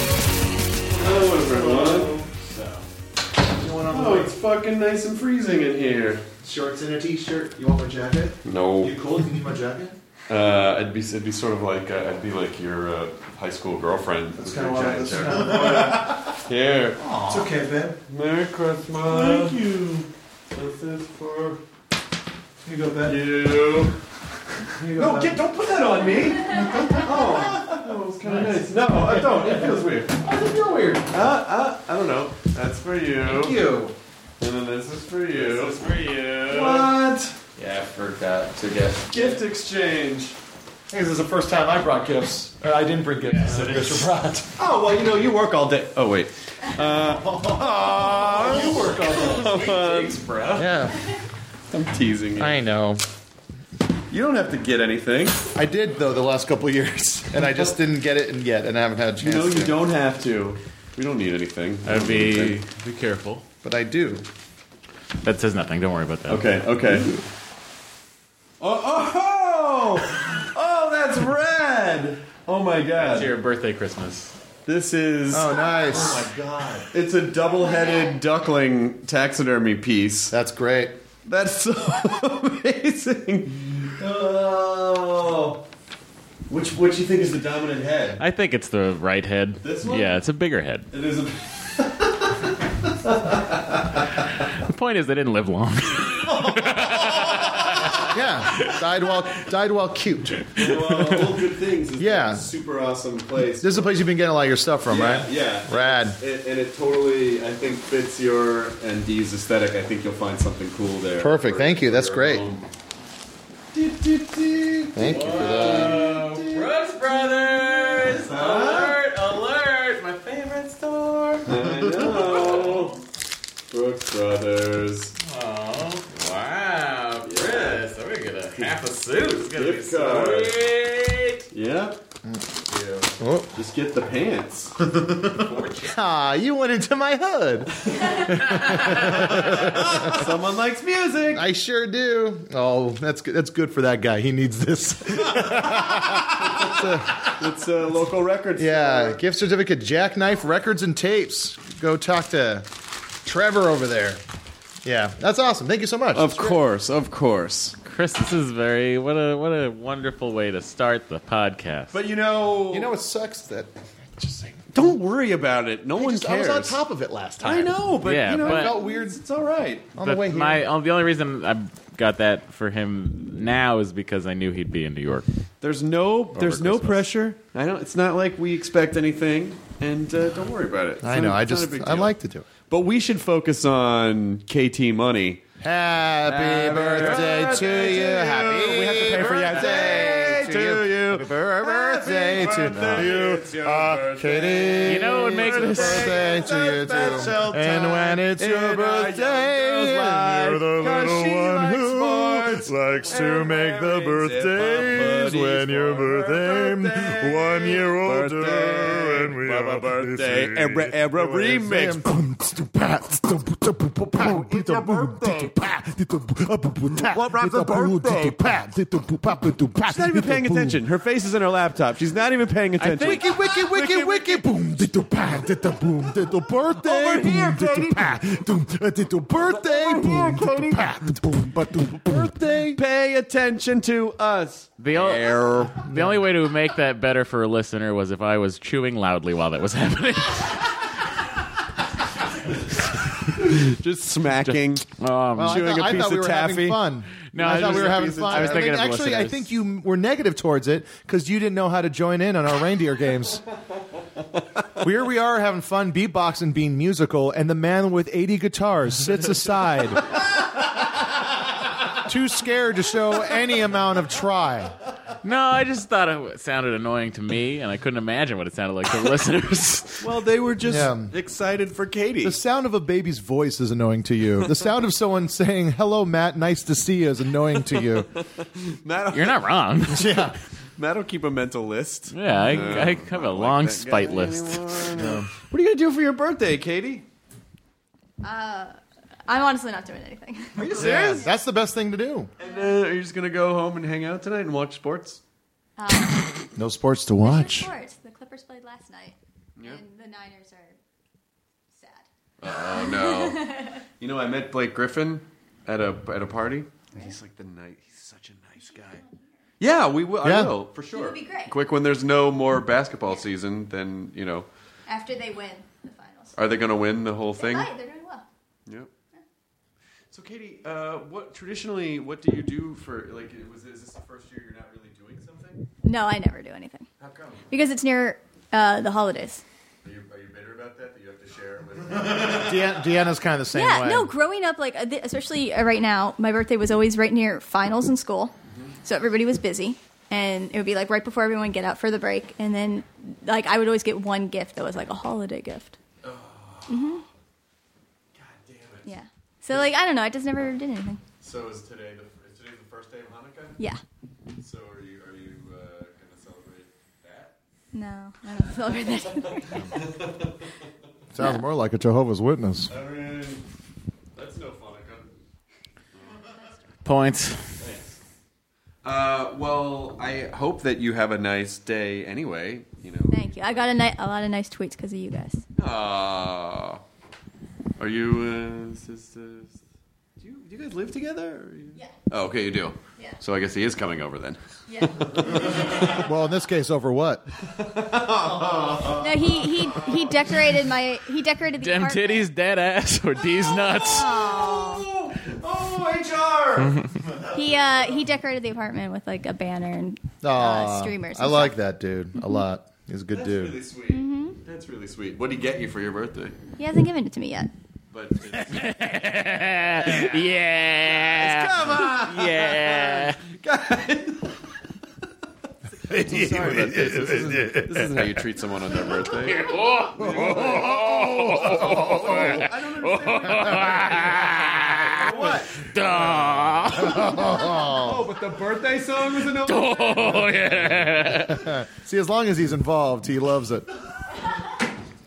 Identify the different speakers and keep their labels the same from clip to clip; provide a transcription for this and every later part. Speaker 1: Hello, everyone. Oh, it's fucking nice and freezing in here.
Speaker 2: Shorts and a t-shirt. You want my jacket?
Speaker 1: No,
Speaker 2: You cold? You need my jacket?
Speaker 1: uh, it'd be it'd be sort of like uh, I'd be like your uh, high school girlfriend.
Speaker 2: That's
Speaker 1: with
Speaker 2: kind of
Speaker 1: your
Speaker 2: what
Speaker 1: giant
Speaker 2: this
Speaker 1: jacket.
Speaker 2: kind of
Speaker 1: Here,
Speaker 2: It's okay, babe.
Speaker 1: Merry Christmas.
Speaker 2: Thank you.
Speaker 1: This is for
Speaker 2: Here you go, babe.
Speaker 1: you.
Speaker 2: Here you go, babe.
Speaker 1: don't put that on me. oh, that was kind of nice. No, I don't. It feels weird.
Speaker 2: Why does it feel weird?
Speaker 1: Uh, uh, I don't know. That's for you.
Speaker 2: Thank you.
Speaker 1: And then this is for you. This is for you.
Speaker 2: What?
Speaker 3: Yeah, I forgot to get.
Speaker 1: Gift exchange.
Speaker 3: Hey, this is the first time I brought gifts. Or I didn't bring gifts. so Mr. Brought.
Speaker 1: Oh well, you know you work all day. Oh wait. Uh, you work all day.
Speaker 3: Yeah,
Speaker 1: I'm teasing you.
Speaker 3: I know.
Speaker 1: You don't have to get anything.
Speaker 4: I did though the last couple years, and I just didn't get it yet, and I haven't had a chance.
Speaker 1: No, you
Speaker 4: to.
Speaker 1: don't have to. We don't need anything.
Speaker 5: I'd be be careful.
Speaker 4: but I do.
Speaker 5: That says nothing. Don't worry about that.
Speaker 1: Okay, okay. Oh, oh, oh, that's red. Oh my
Speaker 5: It's
Speaker 1: god.
Speaker 5: your birthday, Christmas.
Speaker 1: This is
Speaker 4: Oh, nice.
Speaker 1: it's a double-headed duckling taxidermy piece.
Speaker 4: That's great.
Speaker 1: That's so amazing.
Speaker 2: Oh. Which what do you think is the dominant head?
Speaker 5: I think it's the right head.
Speaker 1: This one?
Speaker 5: Yeah, it's a bigger head.
Speaker 1: It is a
Speaker 5: The point is, they didn't live long.
Speaker 4: Yeah, died while died while cute.
Speaker 1: well, all good things. Is
Speaker 4: Yeah.
Speaker 1: a super awesome place.
Speaker 4: This is a place you've been getting a lot of your stuff from,
Speaker 1: yeah,
Speaker 4: right?
Speaker 1: yeah.
Speaker 4: Rad.
Speaker 1: It, and it totally, I think, fits your and Dee's aesthetic. I think you'll find something cool there.
Speaker 4: Perfect.
Speaker 1: for-
Speaker 4: Thank you.
Speaker 1: for
Speaker 4: That's
Speaker 1: your
Speaker 4: great.
Speaker 1: home. Do, do, do.
Speaker 4: Thank you for that.
Speaker 3: Brooks Brothers! Alert! Alert! My favorite store!
Speaker 1: I know. Brooks Brothers.
Speaker 3: Oh, wow. Chris, are we gonna half a suit? It's gonna be
Speaker 1: Gift card.
Speaker 3: sweet!
Speaker 1: Yeah.
Speaker 4: Oh.
Speaker 1: Just get the pants.
Speaker 4: Ah, you went into my hood.
Speaker 1: Someone likes music.
Speaker 4: I sure do. Oh, that's good. That's good for that guy. He needs this.
Speaker 1: It's a local record store.
Speaker 4: Yeah, gift certificate, jackknife records and tapes. Go talk to Trevor over there. Yeah, that's awesome. Thank you so much.
Speaker 1: Of course, of course.
Speaker 5: Chris, this is very what a what a wonderful way to start the podcast.
Speaker 1: But you know,
Speaker 4: you know what sucks that just like
Speaker 1: don't worry about it. No
Speaker 4: I
Speaker 1: one
Speaker 4: just- I
Speaker 1: cares.
Speaker 4: was on top of it last time.
Speaker 1: I know, but
Speaker 5: Yeah,
Speaker 1: you know,
Speaker 5: but-
Speaker 1: it felt weird. It's all right.
Speaker 4: On
Speaker 5: But
Speaker 4: the way here.
Speaker 5: my oh, the only reason I got that for him now is because I knew he'd be in New York.
Speaker 1: There's no there's no
Speaker 5: Christmas.
Speaker 1: pressure. I don't. It's not like we expect anything, and uh, don't worry about it. It's
Speaker 4: I
Speaker 1: not-
Speaker 4: know. I
Speaker 1: it's not a
Speaker 4: just
Speaker 1: big
Speaker 4: I
Speaker 1: deal.
Speaker 4: like to do it.
Speaker 1: But we should focus on KT money.
Speaker 4: Happy, birthday, to you. Happy
Speaker 1: We have to pay for you.
Speaker 4: birthday
Speaker 1: Birthday to you.
Speaker 4: Happy birthday to
Speaker 6: birthday, it's
Speaker 4: you.
Speaker 6: your
Speaker 1: Ah,
Speaker 4: Uh,
Speaker 6: birthday.
Speaker 4: Katie.
Speaker 7: You know what makes
Speaker 4: happy
Speaker 7: this-
Speaker 4: birthday to you
Speaker 6: It's a special
Speaker 4: too. And
Speaker 6: time
Speaker 4: when it's
Speaker 6: in
Speaker 4: your
Speaker 6: a young
Speaker 4: birthday,
Speaker 6: girl's life,
Speaker 4: you're the
Speaker 6: 'cause
Speaker 4: little
Speaker 6: she
Speaker 4: one
Speaker 6: likes
Speaker 4: who
Speaker 6: sports
Speaker 4: likes to
Speaker 6: and
Speaker 4: make the
Speaker 6: wearing zip-up
Speaker 4: birthdays
Speaker 6: hoodies
Speaker 4: when your
Speaker 6: for her
Speaker 4: birthday
Speaker 6: birthday.
Speaker 4: one year older
Speaker 6: Birthday,
Speaker 4: and we
Speaker 6: Bubba
Speaker 4: are
Speaker 6: birthday, Ebra- Ebra remix.
Speaker 4: What
Speaker 6: rhymes with birthday?
Speaker 1: She's not even paying attention. Her face is in her laptop. She's not even paying attention.
Speaker 4: think- Wiki, wiki, wiki, wiki.
Speaker 1: boom, ditto, pa, ditto, boom, ditto, birthday,
Speaker 4: Over here,
Speaker 1: boom, ditto,
Speaker 4: Katie.
Speaker 1: pa, doom, uh, ditto, birthday,
Speaker 4: Over here,
Speaker 1: boom, ditto,
Speaker 4: Katie.
Speaker 1: pa, boom, ba, doom, boom.
Speaker 4: birthday?
Speaker 1: Pay attention to us.
Speaker 7: The, ol- the only way to make that better for a listener was if I was chewing loudly while that was happening.
Speaker 1: Just smacking.
Speaker 7: Um,
Speaker 4: Well, I
Speaker 1: Chewing
Speaker 4: thought,
Speaker 1: a
Speaker 4: I
Speaker 1: piece
Speaker 4: thought we
Speaker 1: of
Speaker 4: were
Speaker 1: taffy.
Speaker 4: having fun.
Speaker 7: No,
Speaker 4: I,
Speaker 7: I
Speaker 4: thought
Speaker 7: was
Speaker 4: we were
Speaker 7: just-
Speaker 4: having fun.
Speaker 7: I was thinking
Speaker 4: think-
Speaker 7: of the
Speaker 4: actually, I
Speaker 7: listeners.
Speaker 4: think you were negative towards it because you didn't know how to join in on our reindeer games. Here we are having fun beatboxing, being musical, and the man with 80 guitars sits aside, too scared to show any amount of try.
Speaker 7: no, I just thought it sounded annoying to me, and I couldn't imagine what it sounded like to listeners.
Speaker 1: Well, they were just
Speaker 4: Yeah.
Speaker 1: excited for Katie.
Speaker 4: The sound of a baby's voice is annoying to you. The sound of someone saying, Hello, Matt, nice to see you, is annoying to you.
Speaker 1: Matt,
Speaker 7: You're not wrong.
Speaker 4: Yeah.
Speaker 1: Matt'll keep a mental list.
Speaker 7: Yeah, I, I have a long spite list.
Speaker 1: What are you gonna do for your birthday, Katie?
Speaker 8: I'm honestly not doing anything.
Speaker 1: Are you serious?
Speaker 4: That's the best thing to do.
Speaker 1: And, uh, are you just gonna go home and hang out tonight and watch sports?
Speaker 4: No sports to
Speaker 8: Good
Speaker 4: watch.
Speaker 8: sports. The Clippers played last night, and the Niners are sad.
Speaker 1: You know, I met Blake Griffin at a at a party, and he's like the night. He's such a nice guy. Yeah, we will.
Speaker 4: Yeah.
Speaker 1: I will for sure.
Speaker 8: would be great.
Speaker 1: Quick when there's no more basketball season, then you know,
Speaker 8: After they win the finals,
Speaker 1: are they gonna win the whole
Speaker 8: they
Speaker 1: thing?
Speaker 8: might. They're doing well.
Speaker 1: Yep. So, Katie, uh, what traditionally, what do you do for like? Was is this the first year you're not really doing something?
Speaker 8: No, I never do anything
Speaker 1: How come?
Speaker 8: because it's near uh, the holidays.
Speaker 1: Are you, are you bitter about that? That you have to share with?
Speaker 4: Deanna, Deanna's kind of the same
Speaker 8: yeah,
Speaker 4: way.
Speaker 8: no. Growing up, like uh, th- especially uh, right now, my birthday was always right near finals in school, so everybody was busy, and it would be like right before everyone get out for the break, and then like I would always get one gift that was like a holiday gift. hmm God damn it. Yeah. So like I don't know, I just never did anything.
Speaker 1: so is today the is today the first day of Hanukkah?
Speaker 8: Yeah.
Speaker 1: So are you are you uh, gonna celebrate that?
Speaker 8: No, I don't celebrate that.
Speaker 4: Sounds more like a Jehovah's Witness.
Speaker 1: I mean, that's no Hanukkah.
Speaker 7: Points.
Speaker 1: Uh, well, I hope that you have a nice day anyway. You know.
Speaker 8: Thank you. I got a, ni- a lot of nice tweets because of you guys.
Speaker 1: Aw. Are you uh, sisters? Do you, do you guys live together? Or you-
Speaker 8: Yeah.
Speaker 1: Oh, okay, you do.
Speaker 8: Yeah.
Speaker 1: So I guess he is coming over then.
Speaker 8: Yeah.
Speaker 4: Well, in this case, over what?
Speaker 8: no, he he he decorated my he decorated the
Speaker 7: Dem
Speaker 8: apartment.
Speaker 7: titties, dead ass, or D's nuts.
Speaker 1: Oh, oh, HR.
Speaker 8: He uh he decorated the apartment with like a banner and
Speaker 4: Aw,
Speaker 8: uh, streamers.
Speaker 4: I
Speaker 8: and
Speaker 4: like
Speaker 8: stuff.
Speaker 4: that dude a lot. He's a good
Speaker 1: That's
Speaker 4: dude.
Speaker 1: really sweet.
Speaker 8: Mm-hmm.
Speaker 1: That's really sweet. What did he get you for your birthday?
Speaker 8: He hasn't given it to me yet.
Speaker 1: But it's-
Speaker 7: Yeah. Come on. Yeah.
Speaker 1: sorry about this. This isn't, this isn't how you treat someone on their birthday.
Speaker 7: what? Duh.
Speaker 1: Oh, but the birthday song was an.
Speaker 7: Oh, yeah.
Speaker 4: See, as long as he's involved, he loves it.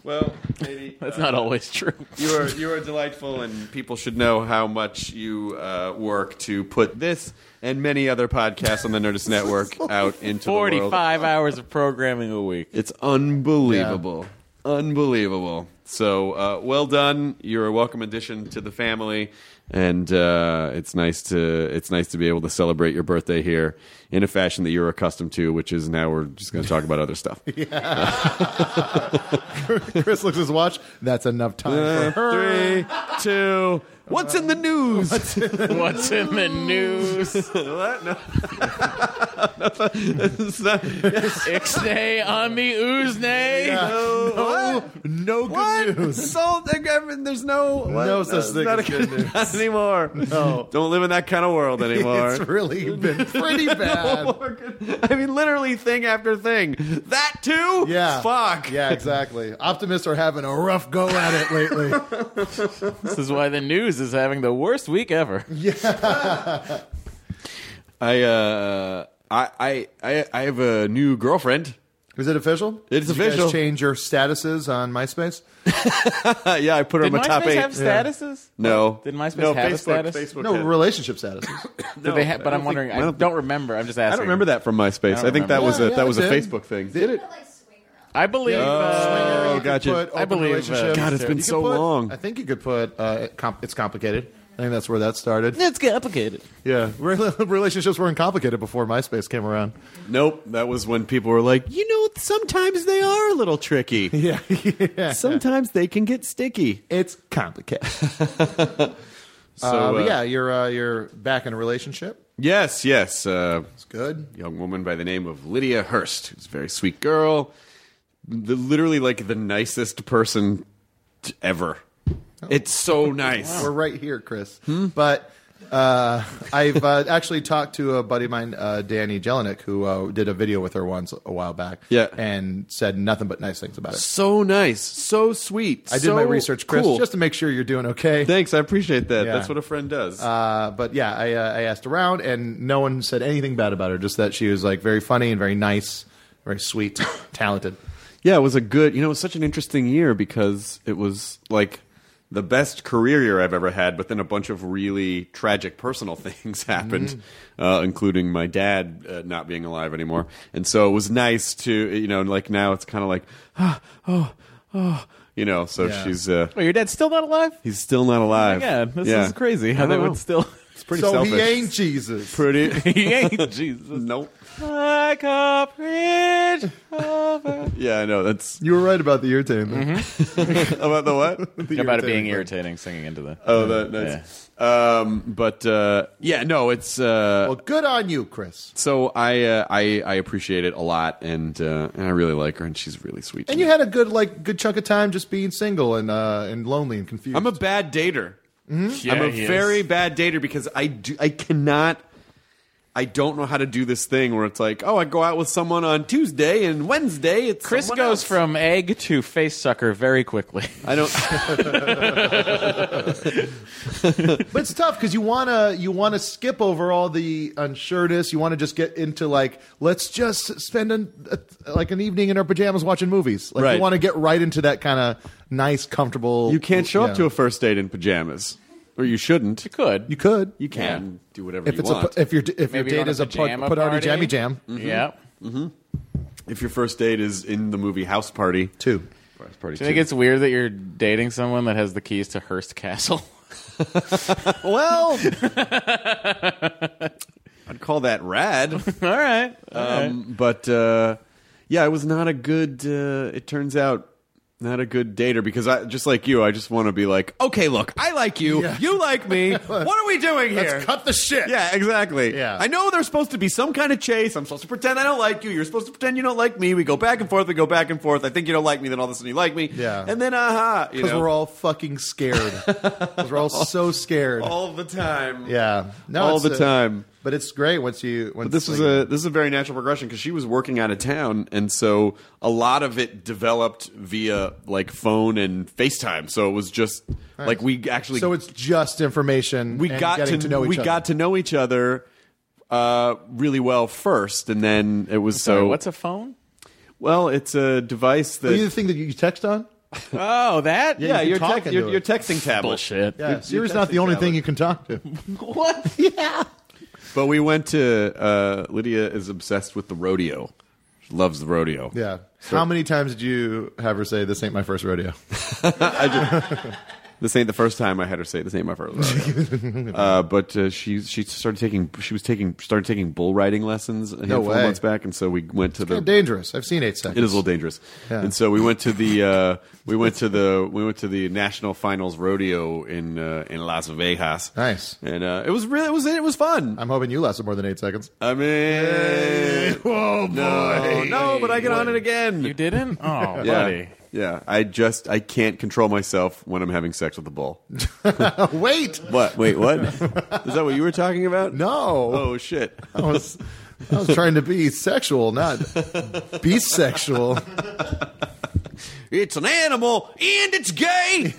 Speaker 1: Well, Katie,
Speaker 7: That's not always true.
Speaker 1: you are you are delightful, and people should know how much you uh, work to put this and many other podcasts on the Nerdist Network out into the world.
Speaker 7: Forty-five hours of programming a week.
Speaker 1: It's unbelievable, unbelievable. So uh, well done. You're a welcome addition to the family, and uh, it's nice to it's nice to be able to celebrate your birthday here in a fashion that you're accustomed to, which is now we're just going to talk about other stuff.
Speaker 4: Chris looks at his watch. That's enough time for her.
Speaker 1: Three, two, what's in the news?
Speaker 7: What's in the news?
Speaker 1: What? No. It's not-
Speaker 7: Ixnay on the ooznay.
Speaker 1: What?
Speaker 4: no, no good
Speaker 1: What?
Speaker 4: news.
Speaker 1: It's all, I mean, there's no what?
Speaker 4: No such
Speaker 1: it's
Speaker 4: thing
Speaker 1: not
Speaker 4: as
Speaker 1: a-
Speaker 4: good news.
Speaker 1: not anymore.
Speaker 4: No.
Speaker 1: Don't live in that kind of world anymore.
Speaker 4: It's really been pretty bad.
Speaker 1: Oh I mean, literally thing after thing. That too?
Speaker 4: Yeah.
Speaker 1: Fuck.
Speaker 4: Yeah, exactly. Optimists are having a rough go at it lately.
Speaker 7: This is why the news is having the worst week ever.
Speaker 1: I uh I I I, I have a new girlfriend.
Speaker 4: Is it official?
Speaker 1: It's
Speaker 4: Did You
Speaker 1: official.
Speaker 4: guys change your statuses on MySpace?
Speaker 1: Uh, yeah, I put her
Speaker 7: Did
Speaker 1: on my top
Speaker 7: MySpace
Speaker 1: eight.
Speaker 7: have statuses?
Speaker 1: no.
Speaker 7: Did MySpace
Speaker 1: no,
Speaker 7: have a
Speaker 1: Facebook,
Speaker 7: status?
Speaker 1: Facebook
Speaker 4: No,
Speaker 1: had-
Speaker 4: relationship statuses.
Speaker 7: Did they ha- but I'm wondering.
Speaker 1: I
Speaker 7: I
Speaker 1: don't
Speaker 7: don't, remember. I'm just asking.
Speaker 1: I don't remember that from MySpace. I,
Speaker 7: I don't
Speaker 1: think that
Speaker 7: remember.
Speaker 1: was a
Speaker 4: Yeah,
Speaker 1: that
Speaker 4: yeah,
Speaker 1: was
Speaker 4: it
Speaker 1: a
Speaker 4: did.
Speaker 1: Facebook thing.
Speaker 4: Did it?
Speaker 7: I believe. uh,
Speaker 1: Oh, gotcha.
Speaker 4: Put
Speaker 7: I
Speaker 4: open
Speaker 7: believe, uh,
Speaker 4: relationships.
Speaker 1: God, it's been
Speaker 4: You could
Speaker 1: so
Speaker 4: put-
Speaker 1: long.
Speaker 4: I think you could put uh, it com- it's complicated. I think that's where that started.
Speaker 7: It's complicated.
Speaker 4: Yeah, Rel- relationships weren't complicated before MySpace came around.
Speaker 1: Nope, that was when people were like, you know, sometimes they are a little tricky.
Speaker 4: Yeah,
Speaker 1: Sometimes they can get sticky.
Speaker 4: it's complicated.
Speaker 1: So
Speaker 4: uh, but
Speaker 1: uh,
Speaker 4: yeah, you're uh, you're back in a relationship.
Speaker 1: yes, yes. Uh,
Speaker 4: It's good.
Speaker 1: young woman by the name of Lydia Hurst, who's a very sweet girl, the, literally like the nicest person t- ever.
Speaker 4: Oh.
Speaker 1: It's so nice.
Speaker 4: We're Hmm? right here, Chris. But uh, I've uh, actually talked to a buddy of mine, uh, Danny Jelinek, who uh, did a video with her once a while back.
Speaker 1: Yeah.
Speaker 4: and said nothing but nice things about it.
Speaker 1: So nice, so sweet.
Speaker 4: I did
Speaker 1: so
Speaker 4: my research, Chris,
Speaker 1: cool.
Speaker 4: just to make sure you're doing okay.
Speaker 1: Thanks, I appreciate that.
Speaker 4: Yeah.
Speaker 1: That's what a friend does.
Speaker 4: Uh, but yeah, I, uh, I asked around, and no one said anything bad about her. Just that she was like very funny and very nice, very sweet, talented.
Speaker 1: yeah, it was a good. You know, it was such an interesting year because it was like the best career year I've ever had. But then a bunch of really tragic personal things happened,
Speaker 4: Mm.
Speaker 1: uh, including my dad uh, not being alive anymore. And so it was nice to you know, like now it's kind of like ah, oh, oh, you know. So
Speaker 4: Yeah.
Speaker 1: she's uh,
Speaker 7: Wait, Oh, your dad's still not alive?
Speaker 1: he's still not alive.
Speaker 7: Yeah, this
Speaker 1: Yeah.
Speaker 7: is crazy.
Speaker 1: I
Speaker 7: How they
Speaker 1: don't
Speaker 7: would
Speaker 1: know.
Speaker 7: still.
Speaker 1: It's pretty
Speaker 4: so
Speaker 1: selfish.
Speaker 4: Oh, he ain't Jesus.
Speaker 1: pretty.
Speaker 7: he ain't Jesus.
Speaker 1: nope.
Speaker 7: Like a bridge over.
Speaker 1: Yeah, I know. That's
Speaker 4: You were right about the entertainment.
Speaker 1: about the what.
Speaker 7: About it being irritating, singing into the.
Speaker 1: Oh, that nice. Um, but uh, yeah, no, it's uh,
Speaker 4: Well, good on you, Chris.
Speaker 1: so I, uh, I I appreciate it a lot, and uh, and I really like her, and she's really sweet. to
Speaker 4: And you
Speaker 1: me.
Speaker 4: had a good like good chunk of time just being single and uh, and lonely and confused.
Speaker 1: I'm a bad dater.
Speaker 7: Yeah,
Speaker 1: I'm a
Speaker 7: he is.
Speaker 1: very bad dater because I do I cannot. I don't know how to do this thing where it's like, oh, I go out with someone on Tuesday and Wednesday. It's
Speaker 7: Chris
Speaker 1: someone
Speaker 7: goes
Speaker 1: else.
Speaker 7: from egg to face sucker very quickly.
Speaker 1: I don't.
Speaker 4: But it's tough because you wanna you wanna skip over all the unsureness. You wanna just get into like let's just spend an, a, like an evening in our pajamas watching movies. Like
Speaker 1: Right.
Speaker 4: you wanna get right into that kind of nice, comfortable.
Speaker 1: you can't show
Speaker 4: yeah.
Speaker 1: up to a first date in pajamas, or you shouldn't.
Speaker 7: You could.
Speaker 4: You could
Speaker 1: You can do whatever
Speaker 4: if
Speaker 1: you
Speaker 4: it's a,
Speaker 1: want.
Speaker 4: if your if your
Speaker 7: Maybe
Speaker 4: date
Speaker 7: on a
Speaker 4: is a put,
Speaker 7: pajama
Speaker 4: put on a
Speaker 7: party.
Speaker 4: jammy jam
Speaker 1: Mm-hmm.
Speaker 7: Yeah.
Speaker 1: if your first date is in the movie House Party,
Speaker 4: too.
Speaker 1: House Party.
Speaker 7: Do you think it's weird that you're dating someone that has the keys to Hearst Castle?
Speaker 1: Well, I'd call that rad.
Speaker 7: All right.
Speaker 1: Um, but uh, yeah, it was not a good. Uh, it turns out not a good dater because I just like you. I just want to be like, okay, look, I like you. You like me. what are we doing here?
Speaker 4: Let's cut the shit.
Speaker 1: yeah, exactly.
Speaker 4: Yeah.
Speaker 1: I know there's supposed to be some kind of chase. I'm supposed to pretend I don't like you. You're supposed to pretend you don't like me. We go back and forth. We go back and forth. I think you don't like me. Then all of a sudden you like me.
Speaker 4: Yeah.
Speaker 1: And then aha, you
Speaker 4: Because
Speaker 1: know,
Speaker 4: we're all fucking scared. 'Cause we're all so scared.
Speaker 1: all the time.
Speaker 4: yeah, no,
Speaker 1: all
Speaker 4: it's,
Speaker 1: the
Speaker 4: uh,
Speaker 1: time.
Speaker 4: But it's great once you. Once
Speaker 1: But this was a
Speaker 4: like-
Speaker 1: this is a very natural progression because she was working out of town, and so a lot of it developed via like phone and FaceTime. So it was just like we actually
Speaker 4: So it's just information.
Speaker 1: we
Speaker 4: and
Speaker 1: got to,
Speaker 4: getting know each
Speaker 1: we
Speaker 4: other.
Speaker 1: got to know each other uh, really well first, and then it was
Speaker 7: So
Speaker 1: so
Speaker 7: what's a phone?
Speaker 1: well, it's a device
Speaker 4: Are you the
Speaker 1: that.
Speaker 4: thing that you text on?
Speaker 7: Oh, that?
Speaker 1: Yeah,
Speaker 4: you
Speaker 1: your,
Speaker 4: can talk
Speaker 1: text
Speaker 4: into
Speaker 1: your,
Speaker 4: it.
Speaker 1: your texting tablet.
Speaker 7: Bullshit.
Speaker 4: Yeah, Siri's not the
Speaker 1: texting
Speaker 4: only
Speaker 1: tablet.
Speaker 4: thing you can talk to.
Speaker 7: What?
Speaker 1: But we went to uh, Lydia is obsessed with the rodeo. She loves the rodeo.
Speaker 4: Yeah. How many times did you have her say, "This ain't my first rodeo"?
Speaker 1: This ain't the first time I had her say it. this ain't my first. rodeo. uh, but uh, she she started taking she was taking started taking bull riding lessons a handful
Speaker 4: way.
Speaker 1: of months back, and so we went to the.
Speaker 4: Kinda dangerous. I've seen eight seconds.
Speaker 1: it is a little dangerous,
Speaker 4: Yeah.
Speaker 1: and so we went to the uh, we went to the we went to the national finals rodeo in uh, in Las Vegas.
Speaker 4: Nice.
Speaker 1: and uh, it was really it was it was fun.
Speaker 4: I'm hoping you lasted more than eight seconds.
Speaker 1: I mean,
Speaker 4: Oh boy!
Speaker 1: no, but I get on it again.
Speaker 7: You didn't? Oh,
Speaker 1: Yeah.
Speaker 7: buddy.
Speaker 1: Yeah, I just I can't control myself when I'm having sex with a bull.
Speaker 4: Oh, Wait,
Speaker 1: What? Wait, what? Is that what you were talking about?
Speaker 4: no.
Speaker 1: Oh shit.
Speaker 4: I was I was trying to be sexual, not be sexual.
Speaker 1: It's an animal and it's gay.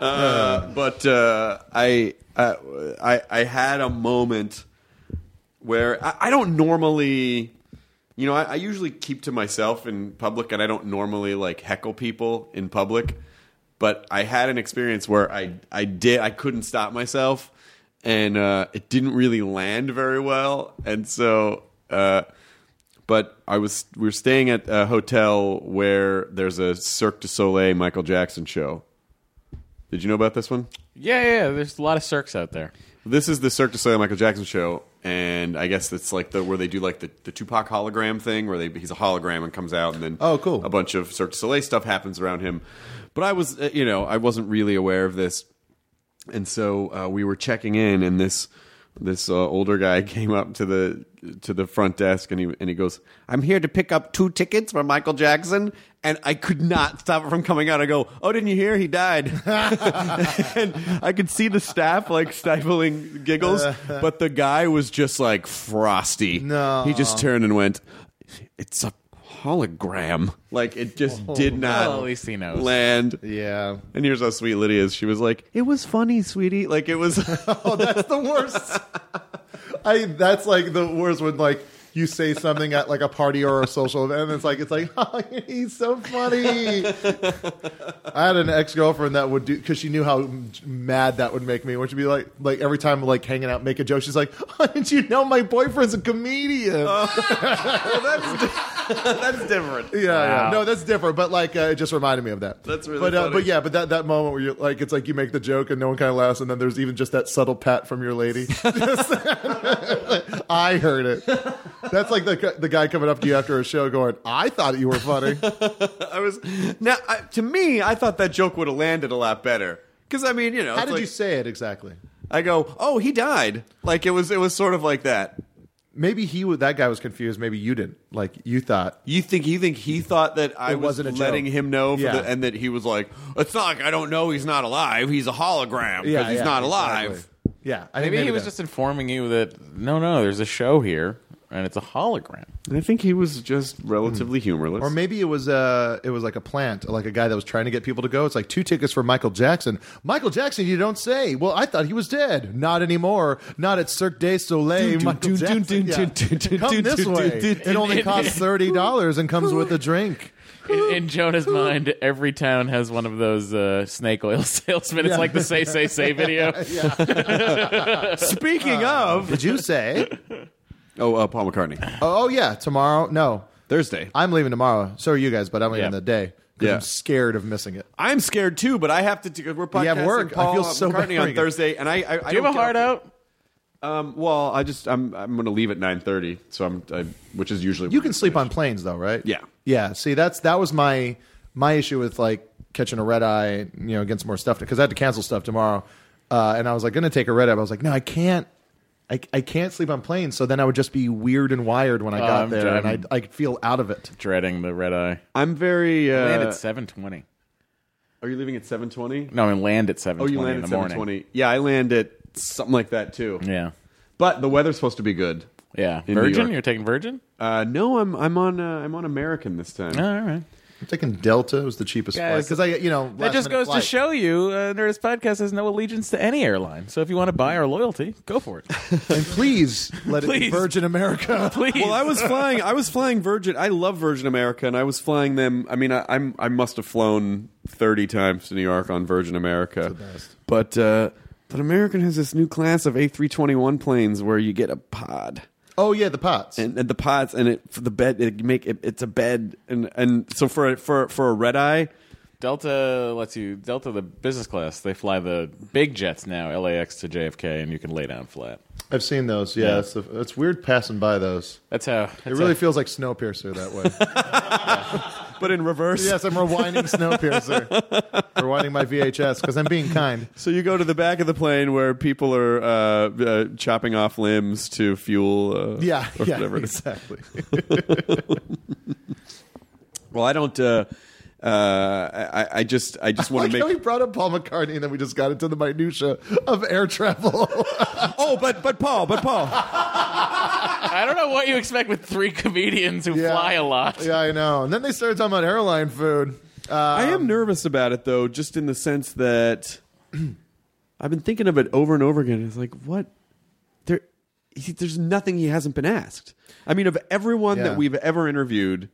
Speaker 1: uh, but uh, I, uh, I I had a moment where I, I don't normally, you know, I, I usually keep to myself in public, and I don't normally like heckle people in public. But I had an experience where I I did I couldn't stop myself, and uh, it didn't really land very well, and so. Uh, but I was we were staying at a hotel where there's a Cirque du Soleil Michael Jackson show. Did you know about this one?
Speaker 7: Yeah, yeah, yeah. There's a lot of circs out there.
Speaker 1: This is the Cirque du Soleil Michael Jackson show, and I guess it's like the where they do like the, the Tupac hologram thing, where they he's a hologram and comes out, and then
Speaker 4: Oh, cool.
Speaker 1: a bunch of Cirque du Soleil stuff happens around him. But I was, uh, you know, I wasn't really aware of this, and so uh, we were checking in, and this this uh, older guy came up to the to the front desk, and he and he goes, "I'm here to pick up two tickets for Michael Jackson," and I could not stop it from coming out. I go, "Oh, didn't you hear? He died." and I could see the staff like stifling giggles, but the guy was just like frosty.
Speaker 4: No.
Speaker 1: he just turned and went, "It's a." Hologram, like it just did not
Speaker 7: Well, at least he knows.
Speaker 1: land.
Speaker 4: Oh. Yeah.
Speaker 1: And here's how sweet Lydia is. She was like, "It was funny, sweetie. Like it was."
Speaker 4: Oh, that's the worst. I that's like the worst when like you say something at like a party or a social event and it's like it's like oh, he's so funny. I had an ex-girlfriend that would do cuz she knew how mad that would make me. Which would be like like every time like hanging out make a joke she's like, "Oh, did you know my boyfriend's a comedian?"
Speaker 1: That's different.
Speaker 4: Yeah, yeah.
Speaker 7: Wow.
Speaker 4: No, that's different. But like, uh, it just reminded me of that.
Speaker 1: That's really
Speaker 4: But uh,
Speaker 1: funny.
Speaker 4: but yeah, but that that moment where you like, it's like you make the joke and no one kind of laughs, and then there's even just that subtle pat from your lady. I heard it. That's like the gu- the guy coming up to you after a show, going, "I thought you were funny."
Speaker 1: I was now I, to me. I thought that joke would have landed a lot better because I mean, you know,
Speaker 4: How
Speaker 1: it's
Speaker 4: did
Speaker 1: like-
Speaker 4: you say it exactly?
Speaker 1: I go, "Oh, he died." Like it was. It was sort of like that.
Speaker 4: Maybe he w- that guy was confused. Maybe you didn't. Like you thought.
Speaker 1: You think you think he thought that I
Speaker 4: It
Speaker 1: was
Speaker 4: wasn't a
Speaker 1: letting
Speaker 4: joke.
Speaker 1: him know, for
Speaker 4: Yeah.
Speaker 1: the, and that he was like, "It's not like I don't know. He's not alive. He's a hologram because
Speaker 4: Yeah,
Speaker 1: he's
Speaker 4: yeah,
Speaker 1: not alive."
Speaker 4: exactly. Yeah, I think
Speaker 7: Maybe, he was
Speaker 4: that.
Speaker 7: just informing you that no, no, there's a show here and it's a hologram.
Speaker 1: And I think he was just relatively humorless.
Speaker 4: Hmm. Or maybe it was uh it was like a plant, like a guy that was trying to get people to go. It's like two tickets for Michael Jackson. Michael Jackson, you don't say. Well, I thought he was dead. Not anymore. Not at Cirque du Soleil. Michael Jackson. Yeah. Come this way. It only costs thirty dollars and comes with a drink.
Speaker 7: In, in Jonah's mind, every town has one of those uh, snake oil salesmen. It's like the say, say, say video.
Speaker 1: Speaking
Speaker 4: uh,
Speaker 1: of,
Speaker 4: Did you say?
Speaker 1: oh, uh, Paul McCartney,
Speaker 4: oh yeah, tomorrow. No,
Speaker 1: Thursday.
Speaker 4: I'm leaving tomorrow. So are you guys, but I'm leaving
Speaker 7: Yeah.
Speaker 4: the day. 'Cause
Speaker 1: Yeah.
Speaker 4: I'm scared of missing it.
Speaker 1: I'm scared too, but I have to. do- We're podcasting.
Speaker 4: You have work. I
Speaker 1: Paul
Speaker 4: feel so bad
Speaker 1: McCartney
Speaker 4: for
Speaker 1: on
Speaker 4: you.
Speaker 1: Thursday, and I. I I
Speaker 7: Do you have a
Speaker 1: don't
Speaker 7: heart
Speaker 1: get off-
Speaker 7: out?
Speaker 1: Um, well, I just I'm I'm going to leave at nine thirty, so I'm I, which is usually
Speaker 4: You can sleep on planes though, right?
Speaker 1: Yeah.
Speaker 4: Yeah. See, that's that was my my issue with like catching a red eye, you know, getting some more stuff because I had to cancel stuff tomorrow, uh, and I was like going to take a red eye. But I was like, no, I can't. I, I can't sleep on planes, so then I would just be weird and wired when I got
Speaker 7: Oh, I'm-
Speaker 4: there,
Speaker 7: I'm-
Speaker 4: and I I could feel out of it.
Speaker 7: Dreading the red eye.
Speaker 1: I'm very. Uh,
Speaker 7: Land at seven twenty.
Speaker 1: are you leaving at seven twenty?
Speaker 7: No, I mean land at seven
Speaker 1: Oh,
Speaker 7: twenty
Speaker 1: you
Speaker 7: in
Speaker 1: land at
Speaker 7: the
Speaker 1: seven
Speaker 7: morning.
Speaker 1: twenty. Yeah, I land at something like that too.
Speaker 7: Yeah,
Speaker 1: But the weather's supposed to be good.
Speaker 7: yeah.
Speaker 1: In New
Speaker 7: Virgin,
Speaker 1: York.
Speaker 7: you're taking Virgin.
Speaker 1: Uh, no, I'm I'm on uh, I'm on American this time.
Speaker 7: all right.
Speaker 4: I'm taking Delta was the cheapest flight
Speaker 7: Guys,
Speaker 4: because I you know
Speaker 7: That just goes to show you, uh, Nerdist Podcast has no allegiance to any airline. So if you want to buy our loyalty, go for it.
Speaker 4: And please let it be
Speaker 7: Please.
Speaker 4: Virgin America.
Speaker 7: Please.
Speaker 1: Well, I was flying. I was flying Virgin. I love Virgin America, and I was flying them. I mean, I, I'm I must have flown thirty times to New York on Virgin America. But uh, but American has this new class of A321 planes where you get a pod
Speaker 4: Oh yeah, the pots.
Speaker 1: and, and the pods and it for the bed. It make it, it's a bed and and so for a, for for a red eye.
Speaker 7: Delta lets you Delta the business class. They fly the big jets now, LAX to JFK, and you can lay down flat.
Speaker 4: I've seen those. Yeah, It's, it's weird passing by those.
Speaker 7: That's how. That's
Speaker 4: It really
Speaker 7: how,
Speaker 4: feels like Snowpiercer that way.
Speaker 1: But in reverse,
Speaker 4: Yes, I'm rewinding Snowpiercer. rewinding my VHS because I'm being kind.
Speaker 1: so you go to the back of the plane where people are uh, uh, chopping off limbs to fuel. Uh,
Speaker 4: Yeah,
Speaker 1: or
Speaker 4: yeah,
Speaker 1: whatever it is.
Speaker 4: exactly.
Speaker 1: Well, I don't. Uh, uh, I, I just, I just want
Speaker 4: Like
Speaker 1: to
Speaker 4: how we
Speaker 1: make.
Speaker 4: brought up Paul McCartney and then we just got into the minutia of air travel.
Speaker 1: Oh, but but Paul, but Paul.
Speaker 5: I don't know what you expect with three comedians who
Speaker 4: Yeah.
Speaker 5: fly a lot.
Speaker 4: yeah, I know. And then they started talking about airline food. Uh,
Speaker 1: I am nervous about it though, just in the sense that I've been thinking of it over and over again. It's like what there, he, there's nothing he hasn't been asked. I mean, of everyone
Speaker 4: Yeah.
Speaker 1: that we've ever interviewed,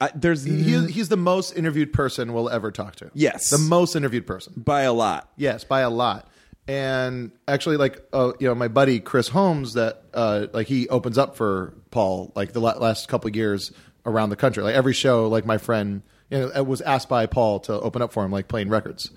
Speaker 1: I, there's
Speaker 4: he,
Speaker 1: n-
Speaker 4: he's the most interviewed person we'll ever talk to.
Speaker 1: Yes.
Speaker 4: the most interviewed person.
Speaker 1: by a lot.
Speaker 4: Yes, by a lot. And actually, like uh, you know, my buddy Chris Holmes, that uh, like he opens up for Paul like the la- last couple of years around the country. Like every show, like my friend you know, I was asked by Paul to open up for him, like playing records.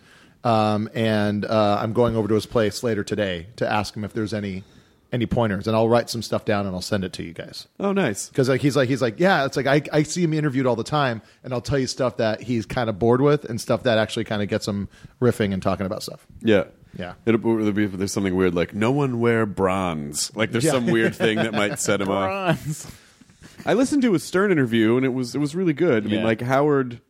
Speaker 4: Um, and uh, I'm going over to his place later today to ask him if there's any any pointers, and I'll write some stuff down and I'll send it to you guys
Speaker 1: Oh, nice.
Speaker 4: because like he's like he's like yeah it's like I, I see him interviewed all the time and i'll tell you stuff that he's kind of bored with and stuff that actually kind of gets him riffing and talking about stuff
Speaker 1: Yeah.
Speaker 4: Yeah.
Speaker 1: It'll, it'll be, there's something weird like no one wear bronze. Like there's
Speaker 4: Yeah.
Speaker 1: some weird thing that might set him off.
Speaker 5: Bronze.
Speaker 1: I listened to his Stern interview and it was it was really good. I mean,
Speaker 5: Yeah.
Speaker 1: like Howard,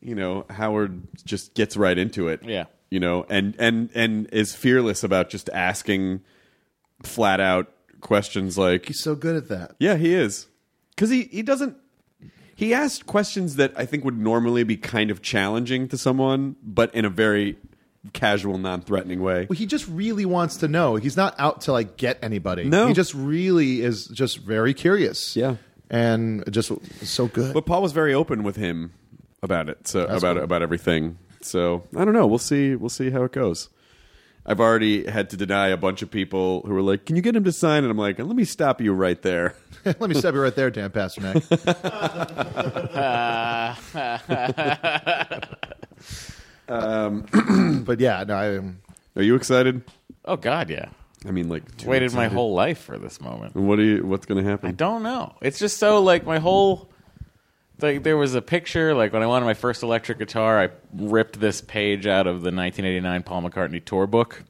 Speaker 1: you know, Howard just gets right into it.
Speaker 5: Yeah.
Speaker 1: you know, and and and is fearless about just asking flat out questions like,
Speaker 4: he's so good at that
Speaker 1: yeah, he is, because he he doesn't. He asked questions that I think would normally be kind of challenging to someone, but in a very casual, non-threatening way.
Speaker 4: Well, he just really wants to know he's not out to like get anybody
Speaker 1: No.
Speaker 4: he just really is just very curious
Speaker 1: Yeah.
Speaker 4: and just so good
Speaker 1: But Paul was very open with him about it. So about
Speaker 4: cool.
Speaker 1: about everything. So I don't know. We'll see. We'll see how it goes. I've already had to deny a bunch of people who were like, "Can you get him to sign?" And I'm like, "Let me stop you right there."
Speaker 4: let me stop you right there dan pasternak but yeah no i um,
Speaker 1: Are you excited?
Speaker 5: Oh God, yeah.
Speaker 1: I mean, like, too
Speaker 5: Waited my
Speaker 1: excited.
Speaker 5: whole life for this moment.
Speaker 1: What do you? What's going to happen?
Speaker 5: I don't know. It's just so like my whole like there was a picture like when I wanted my first electric guitar, I ripped this page out of the 1989 Paul McCartney tour book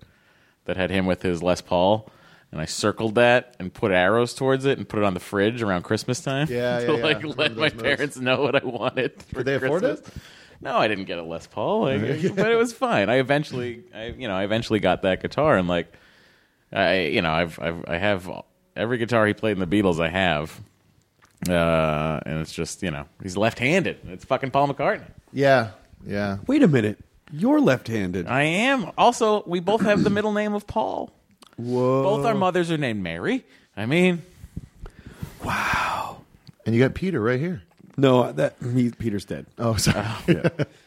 Speaker 5: that had him with his Les Paul, and I circled that and put arrows towards it and put it on the fridge around Christmas time.
Speaker 4: Yeah,
Speaker 5: to
Speaker 4: yeah, yeah.
Speaker 5: like
Speaker 4: Remember those
Speaker 5: let my
Speaker 4: moves.
Speaker 5: parents know what I wanted. for
Speaker 4: Could they afford
Speaker 5: Christmas.
Speaker 4: it?
Speaker 5: No, I didn't get a Les Paul, like, but it was fine. I eventually, I you know, I eventually got that guitar, and like, I you know, I've, I've I have every guitar he played in the Beatles. I have, uh, and it's just you know, he's left-handed. It's fucking Paul McCartney.
Speaker 4: yeah yeah
Speaker 1: Wait a minute. You're left-handed.
Speaker 5: I am. Also, we both have the middle name of Paul.
Speaker 1: Whoa.
Speaker 5: Both our mothers are named Mary. I mean,
Speaker 4: and you got peter right here
Speaker 1: no, that he, Peter's dead.
Speaker 4: oh sorry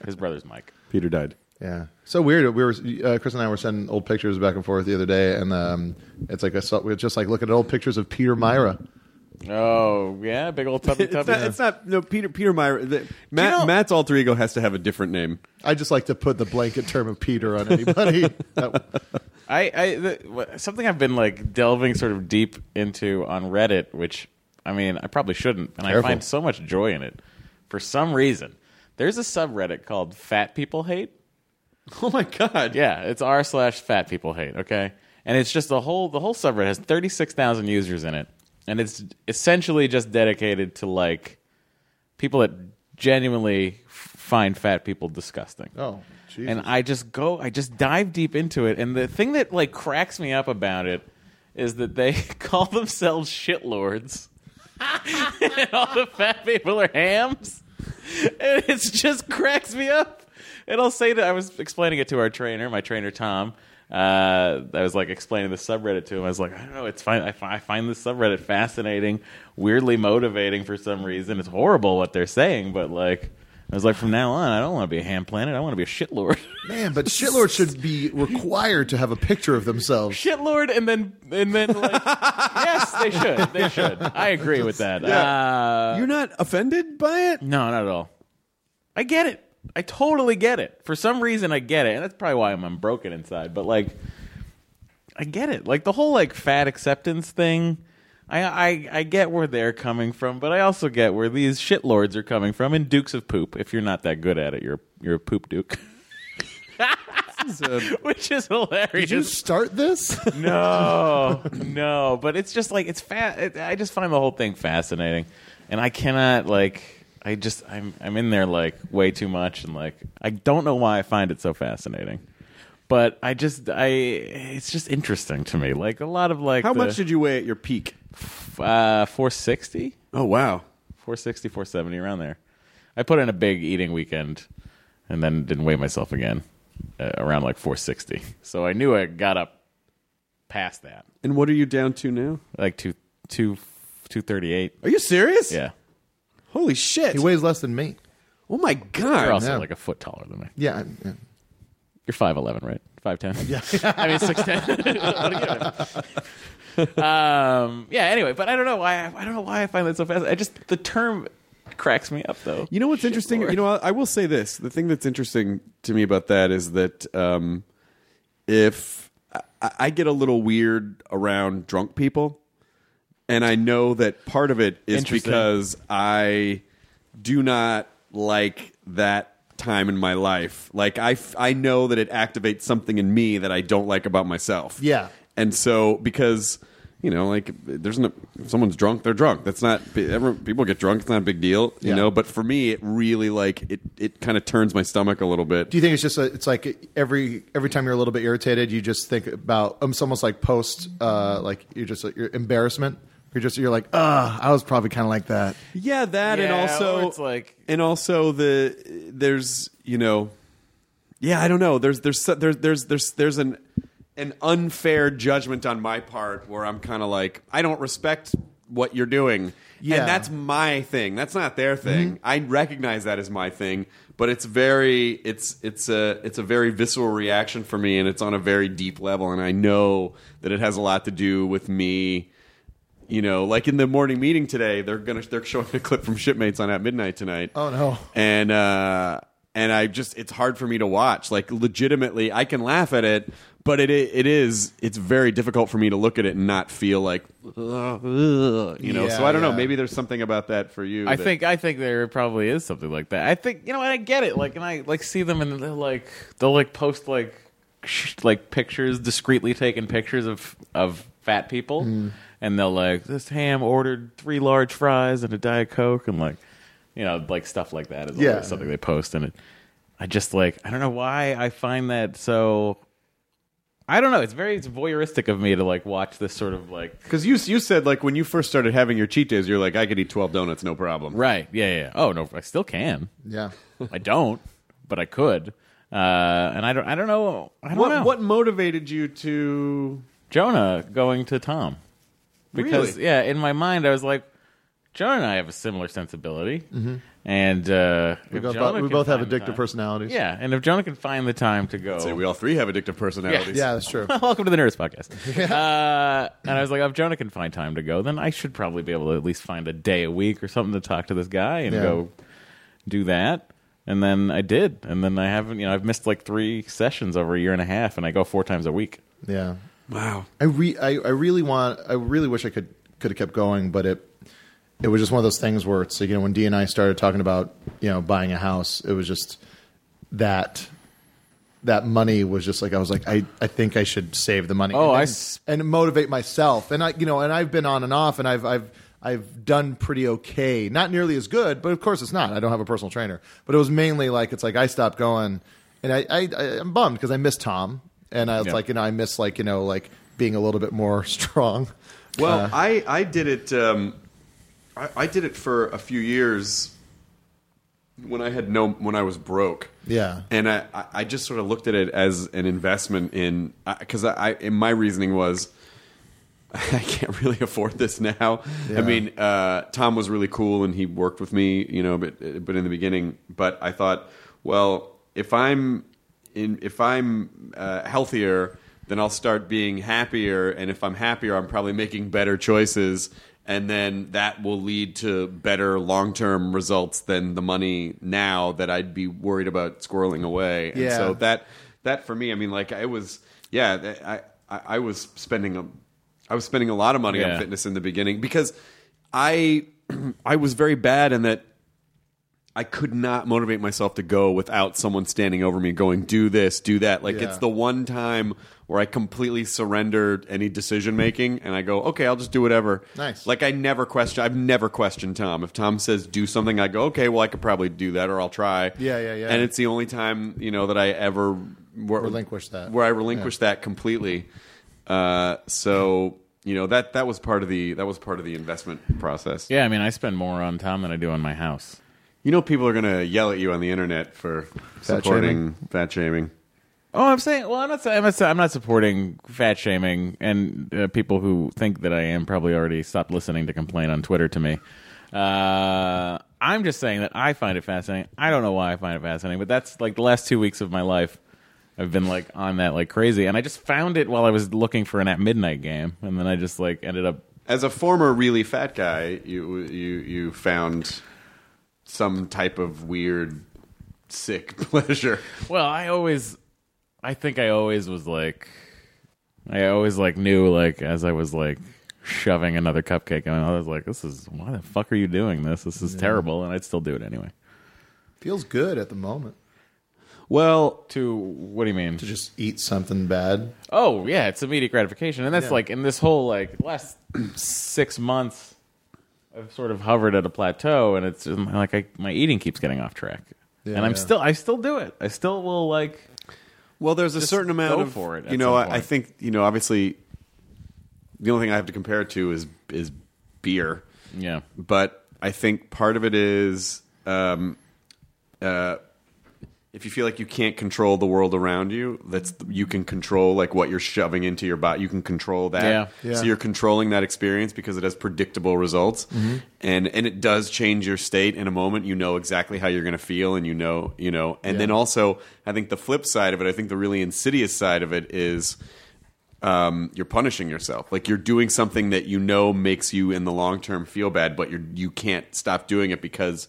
Speaker 5: his brother's Mike.
Speaker 1: Peter died.
Speaker 4: Yeah, so weird. We were uh, Chris and I were sending old pictures back and forth the other day, and um, it's like I saw we were just like looking at old pictures of Peter Myra.
Speaker 5: Oh yeah, big old tubby
Speaker 1: It's
Speaker 5: tubby.
Speaker 1: not, it's not. No, Peter. Peter Myra. the- Matt,
Speaker 5: know-
Speaker 1: Matt's alter ego has to have a different name.
Speaker 4: I just like to put the blanket term of Peter on anybody. That-
Speaker 5: I, I the, wh- something I've been like delving sort of deep into on Reddit, which I mean I probably shouldn't, and I
Speaker 4: Careful.
Speaker 5: find so much joy in it. For some reason, there's a subreddit called "Fat People Hate."
Speaker 1: Oh my god.
Speaker 5: Yeah, it's r slash Fat People Hate. Okay, and it's just the whole the whole subreddit has thirty six thousand users in it, and it's essentially just dedicated to like people that genuinely f- find fat people disgusting.
Speaker 4: oh, Jesus.
Speaker 5: And I just go, I just dive deep into it. And the thing that like cracks me up about it is that they call themselves shitlords. and all the fat people are hams. And it just cracks me up. And I'll say that I was explaining it to our trainer, my trainer Tom. Uh, I was like explaining the subreddit to him. I was like, I don't know, it's fine. I, fi- I find this subreddit fascinating, weirdly motivating for some reason. It's horrible what they're saying, but like, I was like, from now on, I don't want to be a ham planet. I want to be a shitlord.
Speaker 4: man, but shitlords should be required to have a picture of themselves.
Speaker 5: shitlord, and then and then like, yes, they should. They should. I agree with that. Uh,
Speaker 1: You're not offended by it?
Speaker 5: No, not at all. I get it. I totally get it. For some reason, I get it, and that's probably why I'm, I'm broken inside. But like, I get it. Like the whole like fat acceptance thing. I, I I get where they're coming from, but I also get where these shitlords are coming from. And dukes of poop. If you're not that good at it, you're you're a poop duke, which is hilarious.
Speaker 4: Did you start this?
Speaker 5: No, no, but it's just like it's fat. It, I just find the whole thing fascinating, and I cannot like
Speaker 7: I just I'm I'm in there like way too much and like I don't know why I find it so fascinating. But I just I it's just interesting to me. Like a lot of like
Speaker 1: How
Speaker 7: the-
Speaker 1: much did you weigh at your peak?
Speaker 7: uh 460?
Speaker 1: Oh wow.
Speaker 7: 460 470 around there. I put in a big eating weekend and then didn't weigh myself again uh, around like 460. So I knew I got up past that.
Speaker 1: And what are you down to now?
Speaker 7: Like 2 2 238.
Speaker 1: Are you serious?
Speaker 7: Yeah.
Speaker 1: Holy shit.
Speaker 4: He weighs less than me.
Speaker 1: oh my
Speaker 7: You're
Speaker 1: god.
Speaker 7: also
Speaker 4: Yeah.
Speaker 7: like a foot taller than me.
Speaker 4: Yeah. I'm- yeah.
Speaker 7: You're five eleven, right? Five ten. Yeah, I mean six ten. um, yeah. Anyway, but I don't know why. I don't know why I find that so fast. I just the term cracks me up though.
Speaker 1: You know what's interesting? You know, I I will say this. The thing that's interesting to me about that is that um, if I, I get a little weird around drunk people, and I know that part of it is
Speaker 7: Interesting.
Speaker 1: because I do not like that time in my life. Like I, f- I know that it activates something in me that I don't like about myself.
Speaker 4: Yeah.
Speaker 1: And so because you know, like there's no if someone's drunk, they're drunk. That's not everyone, people get drunk, it's not a big deal, you
Speaker 4: Yeah.
Speaker 1: know, but for me it really like it it kind of turns my stomach a little bit.
Speaker 4: Do you think it's just a, it's like every every time you're a little bit irritated, you just think about um, it's almost like post uh, like you're just like, your embarrassment. You're just you're like, ah, I was probably kind of like that.
Speaker 1: yeah, that and
Speaker 7: Yeah,
Speaker 1: also
Speaker 7: or it's like-
Speaker 1: and also the there's, you know, yeah, I don't know. There's there's so- there's there's there's there's an an unfair judgment on my part where I'm kind of like I don't respect what you're doing.
Speaker 4: Yeah.
Speaker 1: And that's my thing. That's not their thing. I recognize that as my thing, but it's very it's it's a it's a very visceral reaction for me and it's on a very deep level and I know that it has a lot to do with me you know, like in the morning meeting today, they're gonna they're showing a clip from Shipmates on at midnight tonight.
Speaker 4: Oh, no.
Speaker 1: And uh, and I just it's hard for me to watch. Like legitimately, I can laugh at it, but it it is it's very difficult for me to look at it and not feel like ugh, ugh, you know.
Speaker 4: Yeah,
Speaker 1: so I don't know.
Speaker 4: yeah.
Speaker 1: Maybe there's something about that for you.
Speaker 7: I
Speaker 1: that-
Speaker 7: think I think there probably is something like that. I think you know, and I get it. Like, and I like see them, and they're like they'll like post like sh- like pictures, discreetly taken pictures of of fat people,
Speaker 1: Hmm.
Speaker 7: and they'll like this ham ordered three large fries and a diet coke, and like you know, like stuff like that is
Speaker 4: Yeah.
Speaker 7: always something they post, and it. I just like I don't know why I find that so. I don't know. It's very it's voyeuristic of me to like watch this sort of like
Speaker 1: because you you said like when you first started having your cheat days, you're like I could eat twelve donuts, no problem.
Speaker 7: right. Yeah, yeah. Oh no, I still can.
Speaker 4: Yeah,
Speaker 7: I don't, but I could. Uh, and I don't. I don't know. I don't
Speaker 1: What
Speaker 7: know.
Speaker 1: what motivated you to?
Speaker 7: Jonah going to Tom? Because
Speaker 1: Really?
Speaker 7: yeah, in my mind I was like, Jonah and I have a similar sensibility, and uh,
Speaker 4: we,
Speaker 7: if
Speaker 4: both-
Speaker 7: Jonah
Speaker 4: we
Speaker 7: can
Speaker 4: both have
Speaker 7: find the
Speaker 4: addictive
Speaker 7: time-
Speaker 4: personalities.
Speaker 7: Yeah, and if Jonah can find the time to go,
Speaker 1: Say we all three have addictive personalities.
Speaker 4: yeah, that's true.
Speaker 7: Welcome to the Nerdist Podcast. Uh, and I was like, if Jonah can find time to go, then I should probably be able to at least find a day a week or something to talk to this guy and
Speaker 4: Yeah.
Speaker 7: go do that. And then I did. And then I haven't, you know, I've missed like three sessions over a year and a half, and I go four times a week.
Speaker 4: Yeah,
Speaker 1: Wow.
Speaker 4: I re I, I really want I really wish I could could have kept going, but it it was just one of those things where it's like, you know when D and I started talking about you know buying a house, it was just that that money was just like I was like I, I think I should save the money.
Speaker 7: Oh,
Speaker 4: and,
Speaker 7: I
Speaker 4: then-
Speaker 7: s-
Speaker 4: and motivate myself, and I you know and I've been on and off, and I've I've I've done pretty okay, not nearly as good, but of course it's not. I don't have a personal trainer, but it was mainly like it's like I stopped going, and I I, I I'm bummed because I miss Tom, and I was
Speaker 7: Yeah.
Speaker 4: like you know I miss like you know like being a little bit more strong.
Speaker 1: Well,
Speaker 4: Uh.
Speaker 1: I, I did it. Um, I, I did it for a few years when I had no when I was broke.
Speaker 4: Yeah.
Speaker 1: and I, I- I just sort of looked at it as an investment in because I, I and my reasoning was I can't really afford this now. I
Speaker 4: Yeah.
Speaker 1: mean, uh, Tom was really cool and he worked with me, you know, but but in the beginning, but I thought, well, if I'm in, if I'm uh, healthier, then I'll start being happier, and if I'm happier, I'm probably making better choices, and then that will lead to better long term results than the money now that I'd be worried about squirreling away. And
Speaker 4: Yeah.
Speaker 1: so that that for me, I mean, like I was, yeah, th- I I, I was spending a. I was spending a lot of money
Speaker 7: Yeah.
Speaker 1: on fitness in the beginning because I I was very bad in that I could not motivate myself to go without someone standing over me going, do this, do that. Like,
Speaker 4: Yeah.
Speaker 1: it's the one time where I completely surrendered any decision making and I go, okay, I'll just do whatever.
Speaker 4: Nice.
Speaker 1: Like, I never question, I've never questioned Tom. If Tom says do something, I go, okay, well, I could probably do that or I'll try.
Speaker 4: Yeah, yeah, yeah.
Speaker 1: And it's the only time, you know, that I ever where,
Speaker 4: Relinquish that.
Speaker 1: Where I relinquished that completely. Uh, so. You know that that was part of the that was part of the investment process.
Speaker 7: Yeah, I mean, I spend more on Tom than I do on my house.
Speaker 1: You know, people are going to yell at you on the internet for
Speaker 4: Fat
Speaker 1: supporting fat shaming.
Speaker 7: Oh, I'm saying. Well, I'm not. saying- I'm not, I'm not supporting fat shaming, and uh, people who think that I am probably already stopped listening to complain on Twitter to me. Uh, I'm just saying that I find it fascinating. I don't know why I find it fascinating, but that's like the last two weeks of my life. I've been like on that like crazy, and I just found it while I was looking for an at midnight game, and then I just like ended up.
Speaker 1: As a former really fat guy, you you you found some type of weird sick pleasure.
Speaker 7: Well, I always, I think I always was like, I always like knew like as I was like shoving another cupcake, and I was like, this is why the fuck are you doing this? This is terrible, and I'd still do it anyway.
Speaker 4: Feels good at the moment
Speaker 1: Well,
Speaker 7: To what do you mean?
Speaker 4: to just eat something bad.
Speaker 7: Oh yeah, it's immediate gratification, and that's like in this whole like last six months, I've sort of hovered at a plateau, and it's I'm like I, my eating keeps getting off track,
Speaker 4: Yeah,
Speaker 7: and I'm
Speaker 4: yeah.
Speaker 7: still I still do it. I still will like
Speaker 1: well, there's a
Speaker 7: Just
Speaker 1: certain amount
Speaker 7: go
Speaker 1: of
Speaker 7: for it at
Speaker 1: you know,
Speaker 7: some
Speaker 1: I, I
Speaker 7: point.
Speaker 1: think you know, obviously, the only thing I have to compare it to is is beer.
Speaker 7: yeah.
Speaker 1: but I think part of it is um, uh, if you feel like you can't control the world around you, that's you can control like what you're shoving into your body. You can control that.
Speaker 7: Yeah.
Speaker 4: Yeah.
Speaker 1: So you're controlling that experience because it has predictable results, and and it does change your state in a moment. You know exactly how you're going to feel, and you know you know. And then also, I think the flip side of it, I think the really insidious side of it is um, you're punishing yourself. Like you're doing something that you know makes you in the long term feel bad, but you're you can't stop doing it because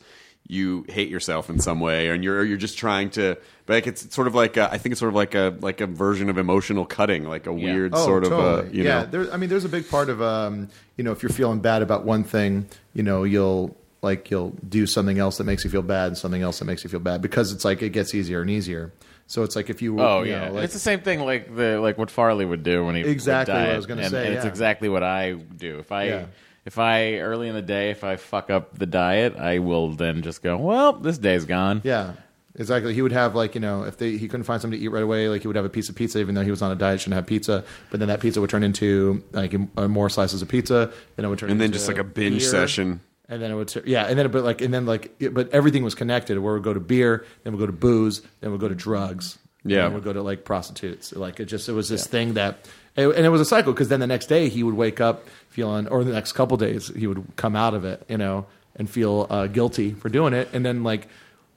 Speaker 1: you hate yourself in some way, and you're you're just trying to. Like it's sort of like a, I think it's sort of like a like a version of emotional cutting, like a weird sort of uh, you
Speaker 4: Oh, yeah.
Speaker 1: know.
Speaker 4: There, I mean, there's a big part of um, you know, if you're feeling bad about one thing, you know, you'll like you'll do something else that makes you feel bad and something else that makes you feel bad because it's like it gets easier and easier. So it's like if you,
Speaker 7: Oh
Speaker 4: you know,
Speaker 7: yeah,
Speaker 4: like-
Speaker 7: it's the same thing like the like what Farley would do when he would
Speaker 4: Exactly what I
Speaker 7: diet,
Speaker 4: was gonna
Speaker 7: and-
Speaker 4: say,
Speaker 7: And it's
Speaker 4: yeah.
Speaker 7: exactly what I do. If I
Speaker 4: Yeah.
Speaker 7: if I early in the day if I fuck up the diet, I will then just go. Well, this day's gone.
Speaker 4: yeah, exactly. He would have like you know, if they, he couldn't find something to eat right away, like he would have a piece of pizza, even though he was on a diet, shouldn't have pizza. But then that pizza would turn into like uh, more slices of pizza, and it would turn
Speaker 1: And then
Speaker 4: into
Speaker 1: just like a binge
Speaker 4: beer.
Speaker 1: session.
Speaker 4: And then it would, yeah, and then but like, and then like, it- but everything was connected. Where we go to beer, then we go to booze, then we go to drugs,
Speaker 1: Yeah.
Speaker 4: then we go to like prostitutes. Like it just, it was this thing that, and it was a cycle because then the next day he would wake up feeling, or the next couple days he would come out of it, you know, and feel uh, guilty for doing it, and then like.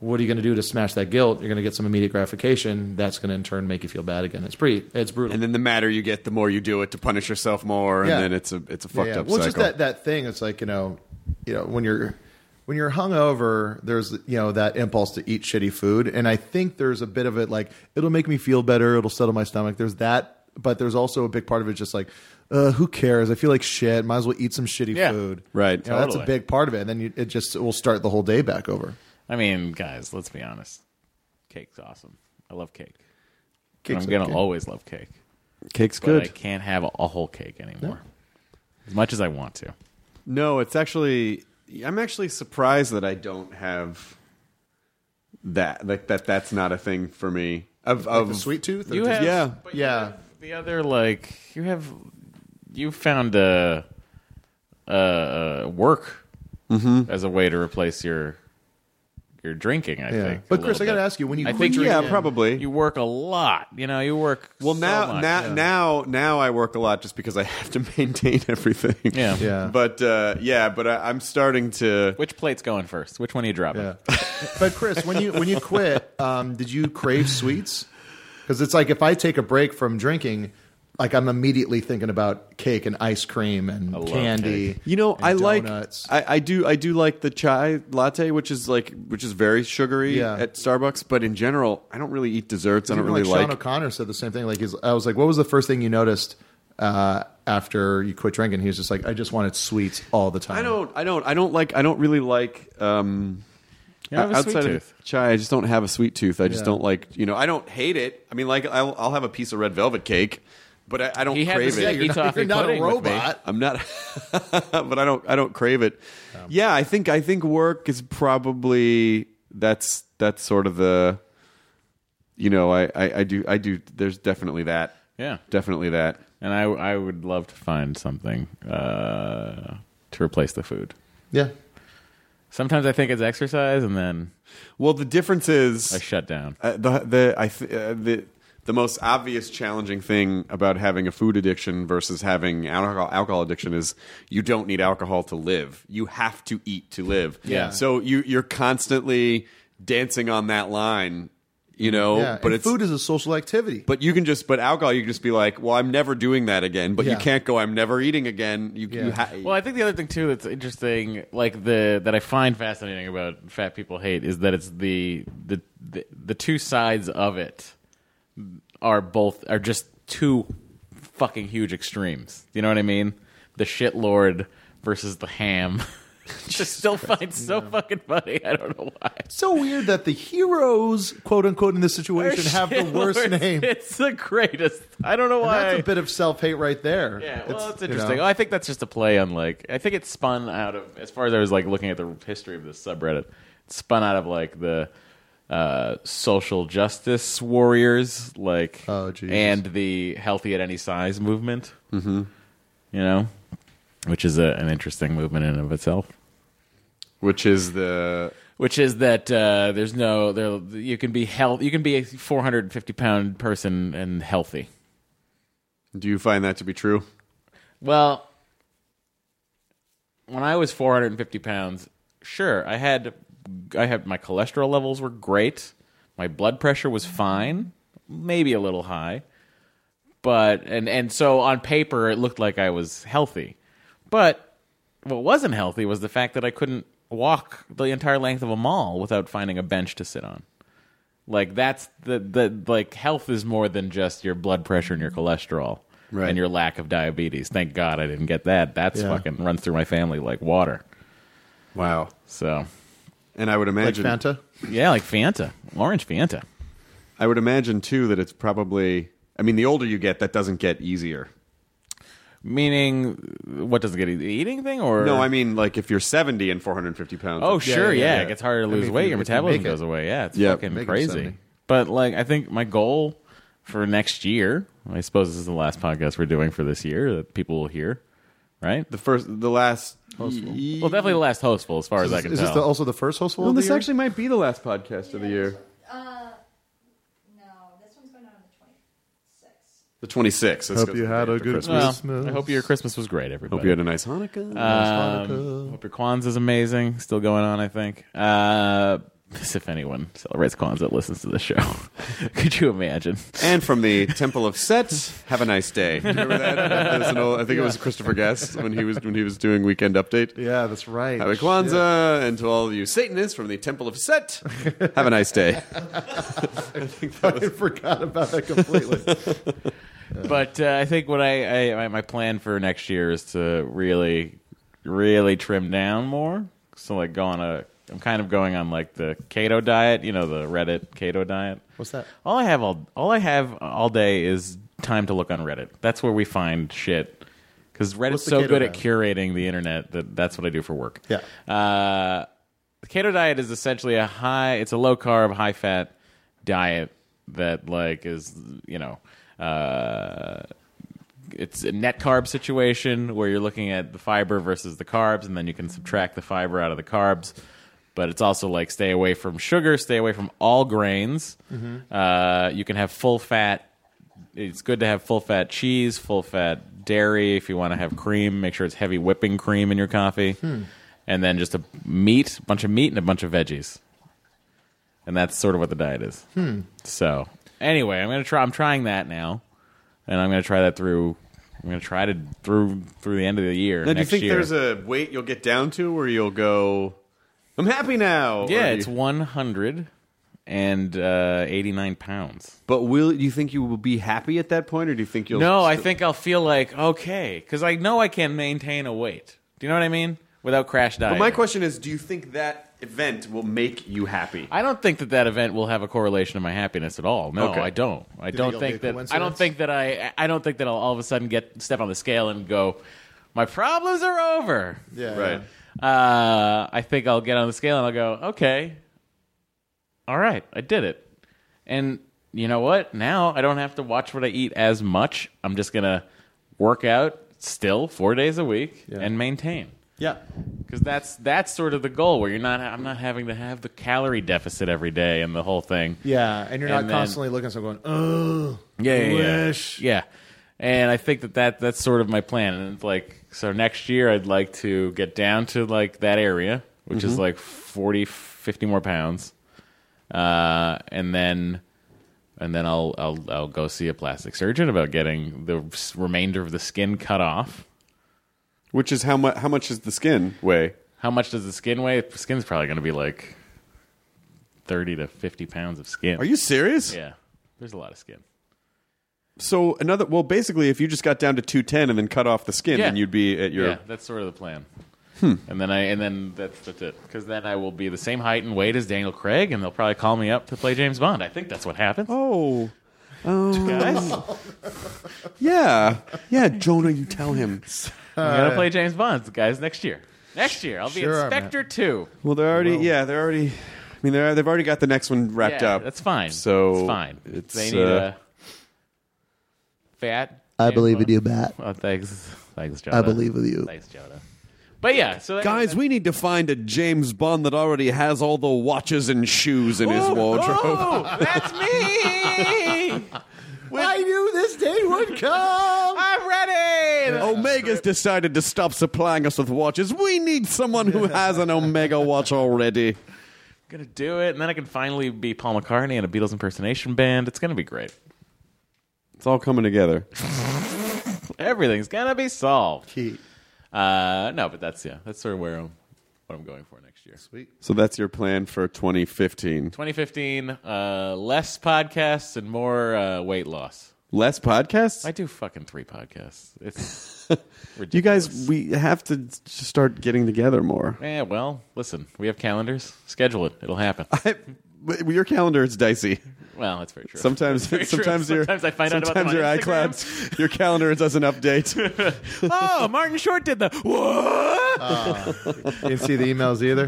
Speaker 4: What are you going to do to smash that guilt? You're going to get some immediate gratification. That's going to in turn make you feel bad again. It's pretty, it's brutal.
Speaker 1: And then the madder you get, the more you do it to punish yourself more, and
Speaker 4: Yeah.
Speaker 1: then it's a it's a fucked
Speaker 4: Yeah, yeah.
Speaker 1: up
Speaker 4: well, it's
Speaker 1: cycle.
Speaker 4: just that, that thing. It's like you know, you know when you're when you're hungover, there's you know that impulse to eat shitty food, and I think there's a bit of it like it'll make me feel better, it'll settle my stomach. There's that, but there's also a big part of it just like. Uh, who cares? I feel like shit. Might as well eat some shitty
Speaker 7: Yeah.
Speaker 4: food.
Speaker 1: Right.
Speaker 4: You know, That's a
Speaker 7: Totally.
Speaker 4: big part of it. And then you, it just will start the whole day back over.
Speaker 7: I mean, guys, let's be honest. Cake's awesome. I love cake. And
Speaker 4: Cake's
Speaker 7: I'm gonna
Speaker 4: okay.
Speaker 7: always love cake,
Speaker 1: Cake's
Speaker 7: but I can't have a whole cake anymore, as much as I want to.
Speaker 1: No, it's actually I'm actually surprised that I don't have that like that that's not a thing for me. Of of
Speaker 4: The sweet tooth. or
Speaker 7: You
Speaker 4: just-
Speaker 7: have,
Speaker 1: yeah.
Speaker 7: but you
Speaker 4: Yeah.
Speaker 7: have the other like you have you found a uh, work
Speaker 1: Mm-hmm.
Speaker 7: as a way to replace your your drinking. I
Speaker 4: Yeah.
Speaker 7: think.
Speaker 4: But
Speaker 7: a
Speaker 4: Chris,
Speaker 7: little
Speaker 4: I gotta
Speaker 7: bit.
Speaker 4: ask you, when you
Speaker 7: I
Speaker 4: quit
Speaker 7: think you-
Speaker 1: Yeah,
Speaker 4: drinking-
Speaker 1: probably.
Speaker 7: you work a lot. You know, you work
Speaker 1: well,
Speaker 7: so
Speaker 1: now
Speaker 7: much.
Speaker 1: now now now I work a lot just because I have to maintain everything.
Speaker 7: Yeah.
Speaker 4: Yeah.
Speaker 1: But uh, yeah, but I, I'm starting to.
Speaker 7: Which plate's going first? Which one are you dropping?
Speaker 4: Yeah. but Chris, when you when you quit, um, did you crave sweets? Because it's like if I take a break from drinking, like I'm immediately thinking about cake and ice cream and
Speaker 7: love
Speaker 4: candy.
Speaker 1: You know,
Speaker 4: and
Speaker 1: I
Speaker 4: donuts.
Speaker 1: like I, I do I do like the chai latte, which is like which is very sugary
Speaker 4: Yeah.
Speaker 1: at Starbucks. But in general, I don't really eat desserts. I don't
Speaker 4: Even,
Speaker 1: really
Speaker 4: like Sean
Speaker 1: like
Speaker 4: O'Connor said the same thing. Like he's, I was like, what was the first thing you noticed uh, after you quit drinking? He was just like, I just wanted sweets all the time.
Speaker 1: I don't. I don't. I don't like. I don't really like. Um,
Speaker 7: You have a
Speaker 1: outside
Speaker 7: sweet
Speaker 1: of
Speaker 7: tooth.
Speaker 1: chai, I just don't have a sweet tooth. I just
Speaker 4: Yeah.
Speaker 1: don't like you know. I don't hate it. I mean, like I'll, I'll have a piece of red velvet cake, but I, I don't
Speaker 7: He had
Speaker 1: crave
Speaker 7: the
Speaker 1: it.
Speaker 7: sticky toffee
Speaker 4: you're not a
Speaker 7: pudding with me.
Speaker 4: robot.
Speaker 1: I'm not, but I don't I don't crave it. yeah, I think I think work is probably that's that's sort of the, you know, I I, I do I do. There's definitely that.
Speaker 7: Yeah.
Speaker 1: Definitely that.
Speaker 7: And I, I would love to find something uh, to replace the food.
Speaker 4: Yeah.
Speaker 7: Sometimes I think it's exercise, and then
Speaker 1: Well, the difference is
Speaker 7: I shut down.
Speaker 1: Uh, the the I th- uh, the the most obvious challenging thing about having a food addiction versus having alcohol alcohol addiction is you don't need alcohol to live. You have to eat to live.
Speaker 7: Yeah.
Speaker 1: So you you're constantly dancing on that line, you know.
Speaker 4: yeah.
Speaker 1: Oh, But
Speaker 4: and
Speaker 1: it's
Speaker 4: food is a social activity.
Speaker 1: but you can just but alcohol you can just be like, well, I'm never doing that again. But you
Speaker 4: Yeah.
Speaker 1: can't go. I'm never eating again. You, you
Speaker 4: Yeah.
Speaker 1: ha-
Speaker 7: Well, I think the other thing too that's interesting, like the that I find fascinating about fat people hate, is that it's the the the, the two sides of it are both are just two fucking huge extremes. You know what I mean? The shit lord versus the ham. Just still find so fucking funny. I don't know why.
Speaker 4: it's so weird that the heroes, quote unquote, in this situation have the
Speaker 7: Shit
Speaker 4: worst
Speaker 7: lords,
Speaker 4: name.
Speaker 7: It's the greatest. I don't know
Speaker 4: And
Speaker 7: why.
Speaker 4: that's a bit of self hate right there.
Speaker 7: Yeah, well, it's,
Speaker 4: you know.
Speaker 7: interesting. Oh, I think that's just a play on like I think it spun out of as far as I was like looking at the history of this subreddit, it spun out of like the uh, social justice warriors, like
Speaker 4: Oh, Jesus.
Speaker 7: and the healthy at any size movement. Mm-hmm. You know, which is a, an interesting movement in and of itself.
Speaker 1: which is the
Speaker 7: Which is that uh, there's no there you can be health you can be a 450 pound person and healthy.
Speaker 1: do you find that to be true?
Speaker 7: Well, when I was 450 pounds, sure, I had I had my cholesterol levels were great, my blood pressure was fine, maybe a little high, but and and so on paper it looked like I was healthy, but what wasn't healthy was the fact that I couldn't walk the entire length of a mall without finding a bench to sit on. Like that's the the like health is more than just your blood pressure and your cholesterol
Speaker 1: Right.
Speaker 7: and your lack of diabetes. Thank God I didn't get that. That's
Speaker 4: Yeah.
Speaker 7: fucking runs through my family like water.
Speaker 1: Wow.
Speaker 7: So
Speaker 1: And I would
Speaker 4: Like
Speaker 1: imagine
Speaker 4: Fanta.
Speaker 7: yeah, like Fanta, orange Fanta.
Speaker 1: I would imagine too that it's probably. I mean, the older you get, that doesn't get easier.
Speaker 7: Meaning, what does it get the eating thing or
Speaker 1: No, I mean like if you're 70 and 450 pounds.
Speaker 7: Oh
Speaker 1: like,
Speaker 7: sure, yeah,
Speaker 4: yeah, yeah.
Speaker 7: It gets harder to
Speaker 4: I
Speaker 7: lose
Speaker 4: mean,
Speaker 7: weight.
Speaker 4: if
Speaker 7: Your
Speaker 4: you- if you
Speaker 7: metabolism
Speaker 4: make it.
Speaker 7: goes away. Yeah, it's
Speaker 1: Yeah,
Speaker 7: fucking
Speaker 4: make it
Speaker 7: crazy.
Speaker 4: 70.
Speaker 7: But like, I think my goal for next year, I suppose this is the last podcast we're doing for this year that people will hear, right?
Speaker 1: the first, the last.
Speaker 7: Well, definitely the last hostful, as far as I
Speaker 4: Is,
Speaker 7: can
Speaker 4: is
Speaker 7: tell.
Speaker 4: this the, also the first hostful?
Speaker 1: Well,
Speaker 4: of the
Speaker 1: this
Speaker 4: year?
Speaker 1: actually might be the last podcast of the year. The 26th. This
Speaker 4: Hope
Speaker 1: goes
Speaker 4: you
Speaker 1: the
Speaker 4: had
Speaker 1: day
Speaker 4: a
Speaker 1: after
Speaker 4: good
Speaker 1: Christmas.
Speaker 7: well,
Speaker 4: Christmas.
Speaker 7: I hope your Christmas was great, everybody.
Speaker 1: Hope you had a nice Hanukkah.
Speaker 7: Um, hope your Kwanzaa's amazing. Still going on, I think. Uh, if anyone celebrates Kwanzaa, listens to the show, could you imagine?
Speaker 1: and from the Temple of Set, have a nice day. Remember that? That was an old- I think it was Christopher Guest when he was when he was doing Weekend Update.
Speaker 4: Yeah, that's right.
Speaker 1: Happy Kwanzaa, and to all you Satanists from the Temple of Set, have a nice day.
Speaker 4: Shit. I forgot about that completely.
Speaker 7: but uh, I think what I, I my- my plan for next year is to really, really trim down more. So like go on a, I'm kind of going on like the keto diet, you know, the Reddit keto diet.
Speaker 4: What's that?
Speaker 7: All I have all all I have all day is time to look on Reddit. That's where we find shit. Because Reddit's
Speaker 4: What's the
Speaker 7: so
Speaker 4: keto
Speaker 7: good at
Speaker 4: diet?
Speaker 7: curating the internet that that's what I do for work.
Speaker 4: Yeah.
Speaker 7: Uh, the keto diet is essentially a high it's a low carb high fat diet that like is you know uh, it's a net carb situation where you're looking at the fiber versus the carbs and then you can subtract the fiber out of the carbs but it's also like stay away from sugar stay away from all grains uh, you can have full fat it's good to have full fat cheese, full fat dairy. If you want to have cream, make sure it's heavy whipping cream in your coffee.
Speaker 1: Hmm.
Speaker 7: And then just a meat, bunch of meat, and a bunch of veggies. And that's sort of what the diet is.
Speaker 1: Hmm.
Speaker 7: So anyway, I'm gonna try. I'm trying that now, and I'm gonna try that through. I'm gonna try to through through the end of the year.
Speaker 1: Now, do you
Speaker 7: next
Speaker 1: think
Speaker 7: year.
Speaker 1: there's a weight you'll get down to where you'll go, I'm happy now? or
Speaker 7: yeah?
Speaker 1: do
Speaker 7: It's
Speaker 1: you-
Speaker 7: 100 and uh, 89 pounds.
Speaker 1: But will you think you will be happy at that point, or do you think you'll?
Speaker 7: No, I
Speaker 1: still-
Speaker 7: think I'll feel like okay because I know I can maintain a weight. Do you know what I mean? Without crash
Speaker 1: But
Speaker 7: dieting.
Speaker 1: my question is, do you think that event will make you happy?
Speaker 7: I don't think that that event will have a correlation to my happiness at all. No,
Speaker 1: Okay.
Speaker 7: I don't. I
Speaker 4: think
Speaker 7: don't
Speaker 4: it'll
Speaker 7: think
Speaker 4: be a
Speaker 7: that. I don't
Speaker 4: coincidence?
Speaker 7: think that I. I don't think that I'll all of a sudden get step on the scale and go, my problems are over.
Speaker 4: Yeah.
Speaker 1: right.
Speaker 7: Uh, I think I'll get on the scale and I'll go, okay, all right, I did it. And you know what? Now I don't have to watch what I eat as much. I'm just gonna work out still four days a week and maintain.
Speaker 4: Yeah.
Speaker 7: Because that's that's sort of the goal where you're not I'm not having to have the calorie deficit every day and the whole thing.
Speaker 4: Yeah. And you're not
Speaker 7: And then-
Speaker 4: constantly looking, so going, oh, wish.
Speaker 7: Yeah. And I think that, that that's sort of my plan. And it's like, so next year I'd like to get down to like that area, which is like 40, 50 more pounds. Uh, and then, and then I'll, I'll, I'll go see a plastic surgeon about getting the s- remainder of the skin cut off.
Speaker 1: Which is how much? How much is the skin weigh?
Speaker 7: How much does the skin weigh? The skin's probably going to be like 30 to 50 pounds of skin.
Speaker 1: Are you serious?
Speaker 7: Yeah. There's a lot of skin.
Speaker 1: So another. Well, basically, if you just got down to two ten and then cut off the skin,
Speaker 7: Yeah.
Speaker 1: then you'd be at your.
Speaker 7: Yeah, that's sort of the plan.
Speaker 1: Hmm.
Speaker 7: And then I and then that's that's it. Because then I will be the same height and weight as Daniel Craig, and they'll probably call me up to play James Bond. I think that's what happens.
Speaker 1: Oh.
Speaker 7: guys,
Speaker 1: Yeah. Yeah, Jonah, you tell him.
Speaker 7: I'm gonna play James Bond, guys, next year. Next year, I'll be
Speaker 4: Sure,
Speaker 7: Inspector Two.
Speaker 1: Well, they're already. Yeah, they're already. I mean, they're, they've already got the next one wrapped
Speaker 7: Yeah,
Speaker 1: up.
Speaker 7: that's fine.
Speaker 1: So
Speaker 7: it's fine.
Speaker 1: it's,
Speaker 7: they need
Speaker 1: uh,
Speaker 7: a fat.
Speaker 2: I
Speaker 7: James
Speaker 2: believe in
Speaker 7: Bond.
Speaker 2: you, Matt.
Speaker 7: Oh, thanks, thanks, Jonah.
Speaker 2: I believe in you.
Speaker 7: Thanks, Jonah. But yeah, so that-
Speaker 1: Guys, we need to find a James Bond that already has all the watches and shoes in his wardrobe.
Speaker 7: Oh, that's me.
Speaker 4: I knew this day would come.
Speaker 7: I'm
Speaker 1: Oh,
Speaker 7: ready.
Speaker 1: Omega's decided to stop supplying us with watches. We need someone who has an Omega watch already.
Speaker 7: gonna do it, and then I can finally be Paul McCartney in a Beatles impersonation band. It's gonna be great.
Speaker 1: It's all coming together.
Speaker 7: Everything's gonna be solved.
Speaker 4: Key.
Speaker 7: Uh, no, but that's yeah, that's sort of where I'm, what I'm going for next year.
Speaker 1: So that's your plan for 2015.
Speaker 7: 2015, uh, less podcasts and more uh, weight loss.
Speaker 1: Less podcasts?
Speaker 7: I do fucking three podcasts. It's ridiculous.
Speaker 1: you guys, we have to s- start getting together more.
Speaker 7: Yeah, well, listen, we have calendars. Schedule it; it'll happen.
Speaker 1: But Your calendar is dicey.
Speaker 7: well, that's very true.
Speaker 1: Sometimes,
Speaker 7: Very true.
Speaker 1: sometimes, your,
Speaker 7: Sometimes I find out about them
Speaker 1: sometimes
Speaker 7: on
Speaker 1: your iClouds, your calendar doesn't update.
Speaker 7: oh, Martin Short did the what?
Speaker 1: Uh,
Speaker 4: You didn't see the emails either.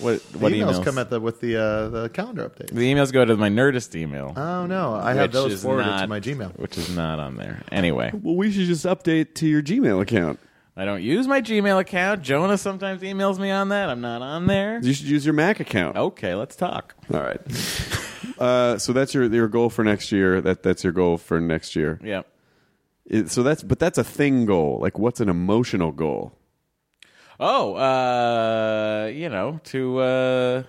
Speaker 7: what
Speaker 4: The
Speaker 7: what
Speaker 4: emails,
Speaker 7: emails?
Speaker 4: come at the with the uh, the calendar update.
Speaker 7: the emails go to my Nerdist email.
Speaker 1: Ah.
Speaker 4: Oh no, I had
Speaker 7: which
Speaker 4: those
Speaker 7: is
Speaker 4: forwarded to
Speaker 7: not-
Speaker 4: my Gmail.
Speaker 7: which is not on there. Anyway,
Speaker 1: well, we should just update to your Gmail account.
Speaker 7: I don't use my Gmail account. Jonah sometimes emails me on that. I'm not on there.
Speaker 1: You should use your Mac account.
Speaker 7: Okay, let's talk.
Speaker 1: All right. Uh, so that's your your goal for next year. That that's your goal for next year.
Speaker 7: Yeah.
Speaker 1: It- so that's but that's a thing goal. Like what's an emotional goal?
Speaker 7: Oh, uh, you know, to uh,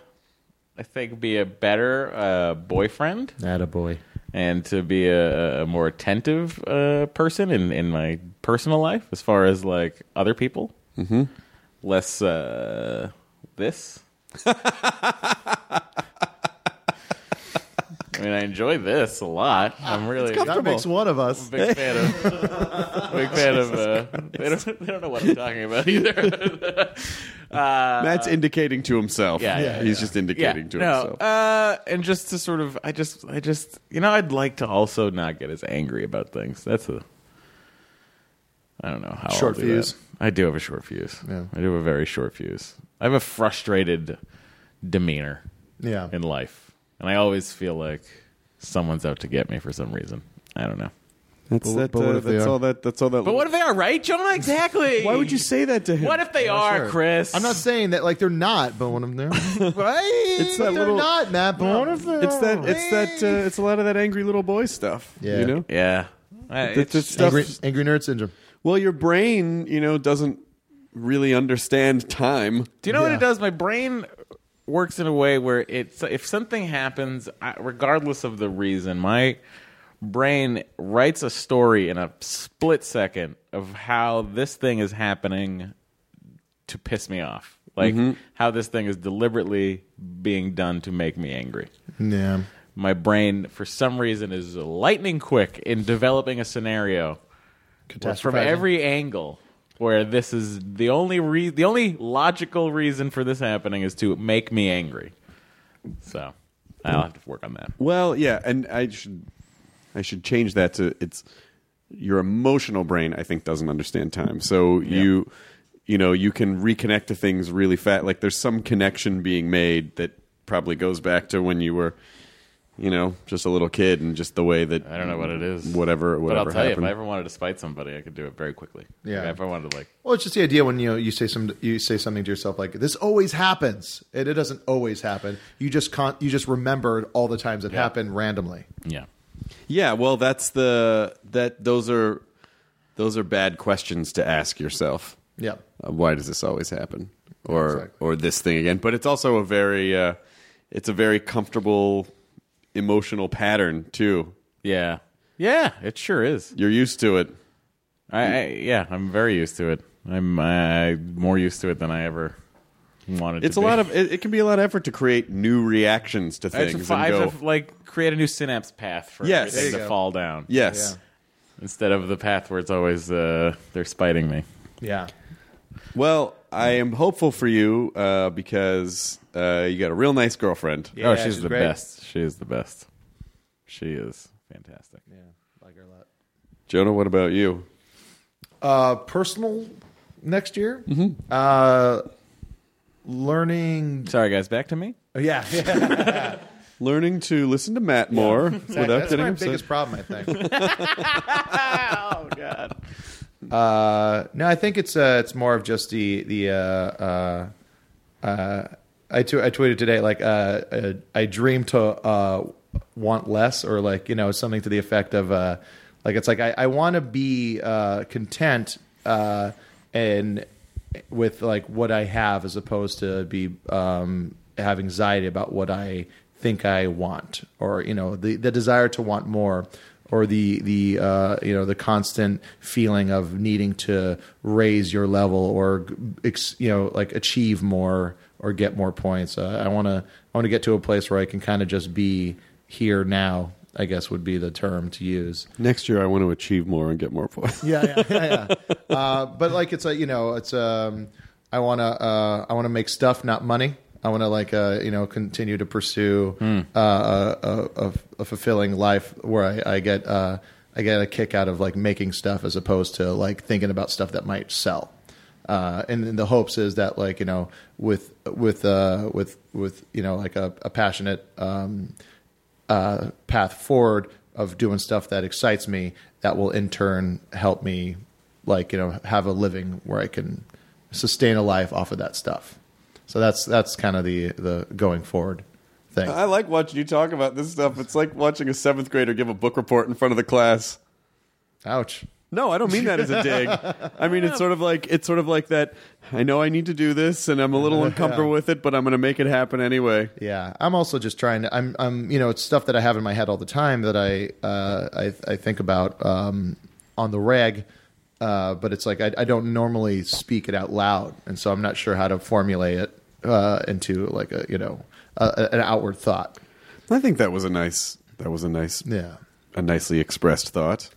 Speaker 7: I think be a better uh, boyfriend
Speaker 4: Not a boy.
Speaker 7: and to be a, a more attentive uh, person in in my personal life as far as like other people. Mm-hmm. Less uh, this. I mean, I enjoy this a lot. I'm really
Speaker 4: That makes one of us.
Speaker 7: Big fan of. big fan of. Uh, they, don't, they don't know what I'm talking about either.
Speaker 1: Matt's indicating to himself.
Speaker 7: Uh, yeah, yeah,
Speaker 1: he's just indicating to
Speaker 7: no.
Speaker 1: himself.
Speaker 7: Uh, and just to sort of, I just, I just, you know, I'd like to also not get as angry about things. That's a. I don't know how. I'll
Speaker 4: Short
Speaker 7: do
Speaker 4: fuse.
Speaker 7: that. I do have a short fuse.
Speaker 4: Yeah.
Speaker 7: I do have a very short fuse. I have a frustrated demeanor
Speaker 4: Yeah.
Speaker 7: in life, and I always feel like someone's out to get me for some reason. I don't know.
Speaker 1: that's
Speaker 4: But-
Speaker 1: that,
Speaker 4: but what
Speaker 1: uh,
Speaker 4: if they
Speaker 1: that's
Speaker 4: are?
Speaker 1: all that. That's all that.
Speaker 7: But what if they are right, Jonah? Exactly.
Speaker 1: Why would you say that to him?
Speaker 7: What if they are,
Speaker 4: Sure.
Speaker 7: Chris?
Speaker 4: I'm not saying that like they're not, but one of them. right?
Speaker 1: It's
Speaker 4: It's
Speaker 1: that
Speaker 4: that they're
Speaker 1: little-
Speaker 4: not, Matt. But one of them.
Speaker 1: It's that. It's that. Uh, it's a lot of that angry little boy stuff.
Speaker 4: Yeah.
Speaker 1: You know.
Speaker 7: Yeah. I-
Speaker 1: It's,
Speaker 7: it's-
Speaker 1: it's stuff.
Speaker 4: angry, angry nerd syndrome.
Speaker 1: Well, your brain, you know, doesn't really understand time.
Speaker 7: do you know what it does? My brain works in a way where it's if something happens, I, regardless of the reason, my brain writes a story in a split second of how this thing is happening to piss me off. Like how this thing is deliberately being done to make me angry.
Speaker 4: Yeah.
Speaker 7: my brain for some reason is lightning quick in developing a scenario from
Speaker 4: Catastrophizing.
Speaker 7: every angle where this is the only re- the only logical reason for this happening is to make me angry. So I'll have to work on that.
Speaker 1: Well, yeah, and I should I should change that to it's your emotional brain I think doesn't understand time. So you you know, you can reconnect to things really fast. Like there's some connection being made that probably goes back to when you were you know, just a little kid and just the way that
Speaker 7: I don't know what it is.
Speaker 1: Whatever
Speaker 7: But
Speaker 1: whatever
Speaker 7: I'll tell
Speaker 1: happened.
Speaker 7: you, if I ever wanted to spite somebody, I could do it very quickly.
Speaker 4: Yeah.
Speaker 7: Like, if I wanted to, like,
Speaker 4: Well, it's just the idea when you know, you say some you say something to yourself like this always happens. It, it doesn't always happen. You just con- you just remembered all the times it happened randomly.
Speaker 7: yeah,
Speaker 1: Yeah, well, that's the that those are those are bad questions to ask yourself.
Speaker 4: Yeah.
Speaker 1: Uh, why does this always happen? Or
Speaker 4: Exactly.
Speaker 1: or this thing again? But it's also a very uh, it's a very comfortable emotional pattern too.
Speaker 7: yeah, yeah. It sure is.
Speaker 1: You're used to it.
Speaker 7: I, I yeah, I'm very used to it. I'm uh, more used to it than I ever wanted.
Speaker 1: It's
Speaker 7: to
Speaker 1: a
Speaker 7: be.
Speaker 1: lot of it, it can be a lot of effort to create new reactions to
Speaker 7: I have to
Speaker 1: things
Speaker 7: fi- I
Speaker 1: and go.
Speaker 7: have to, like create a new synapse path for
Speaker 1: Yes. There you
Speaker 7: everything to
Speaker 4: go.
Speaker 7: fall down.
Speaker 1: yes.
Speaker 7: instead of the path where it's always uh, they're spiting me.
Speaker 4: Yeah.
Speaker 1: Well, I am hopeful for you uh, because uh, you got a real nice girlfriend.
Speaker 4: Yeah,
Speaker 7: oh, she's,
Speaker 4: she's
Speaker 7: the
Speaker 4: great.
Speaker 7: best. She is the best. She is fantastic.
Speaker 4: Like her a lot.
Speaker 1: Jonah, what about you?
Speaker 4: Uh, personal next year. Uh, learning.
Speaker 7: Sorry, guys. Back to me.
Speaker 4: oh, yeah. yeah.
Speaker 1: Learning to listen to Matt more without
Speaker 4: That's
Speaker 1: getting
Speaker 4: my
Speaker 1: upset.
Speaker 4: biggest problem, I think.
Speaker 7: Oh God.
Speaker 4: Uh, no, I think it's uh, it's more of just the the. Uh, uh, uh, I tw- I tweeted today like uh, uh, I dream to uh, want less or like you know something to the effect of uh, like it's like I, I want to be uh, content uh, and with like what I have as opposed to be um, have anxiety about what I think I want or you know the the desire to want more or the the uh, you know the constant feeling of needing to raise your level or ex, you know like achieve more or get more points. Uh, I want to I want to get to a place where I can kind of just be here now. I guess would be the term to use.
Speaker 1: Next year, I want to achieve more and get more points.
Speaker 4: yeah, yeah, yeah. yeah. Uh, but like, it's like you know, it's um, I want to, uh, I want to make stuff, not money. I want to like, uh, you know, continue to pursue uh, a, a, a fulfilling life where I, I get, uh, I get a kick out of like making stuff as opposed to like thinking about stuff that might sell. Uh, and, then the hopes is that like you know with with uh, with with you know like a, a passionate um, uh, path forward of doing stuff that excites me that will in turn help me like you know have a living where I can sustain a life off of that stuff. So that's that's kind of the the going forward thing.
Speaker 1: I like watching you talk about this stuff. It's like watching a seventh grader give a book report in front of the class.
Speaker 4: Ouch.
Speaker 1: No, I don't mean that as a dig. I mean it's sort of like it's sort of like that. I know I need to do this, and I'm a little uncomfortable with it, but I'm going to make it happen anyway.
Speaker 4: Yeah, I'm also just trying to. I'm, I'm, you know, it's stuff that I have in my head all the time that I, uh, I, I think about um, on the reg, uh, but it's like I, I don't normally speak it out loud, and so I'm not sure how to formulate it uh, into like a, you know, a, a- an outward thought.
Speaker 1: I think that was a nice. That was a nice.
Speaker 4: Yeah.
Speaker 1: A nicely expressed thought.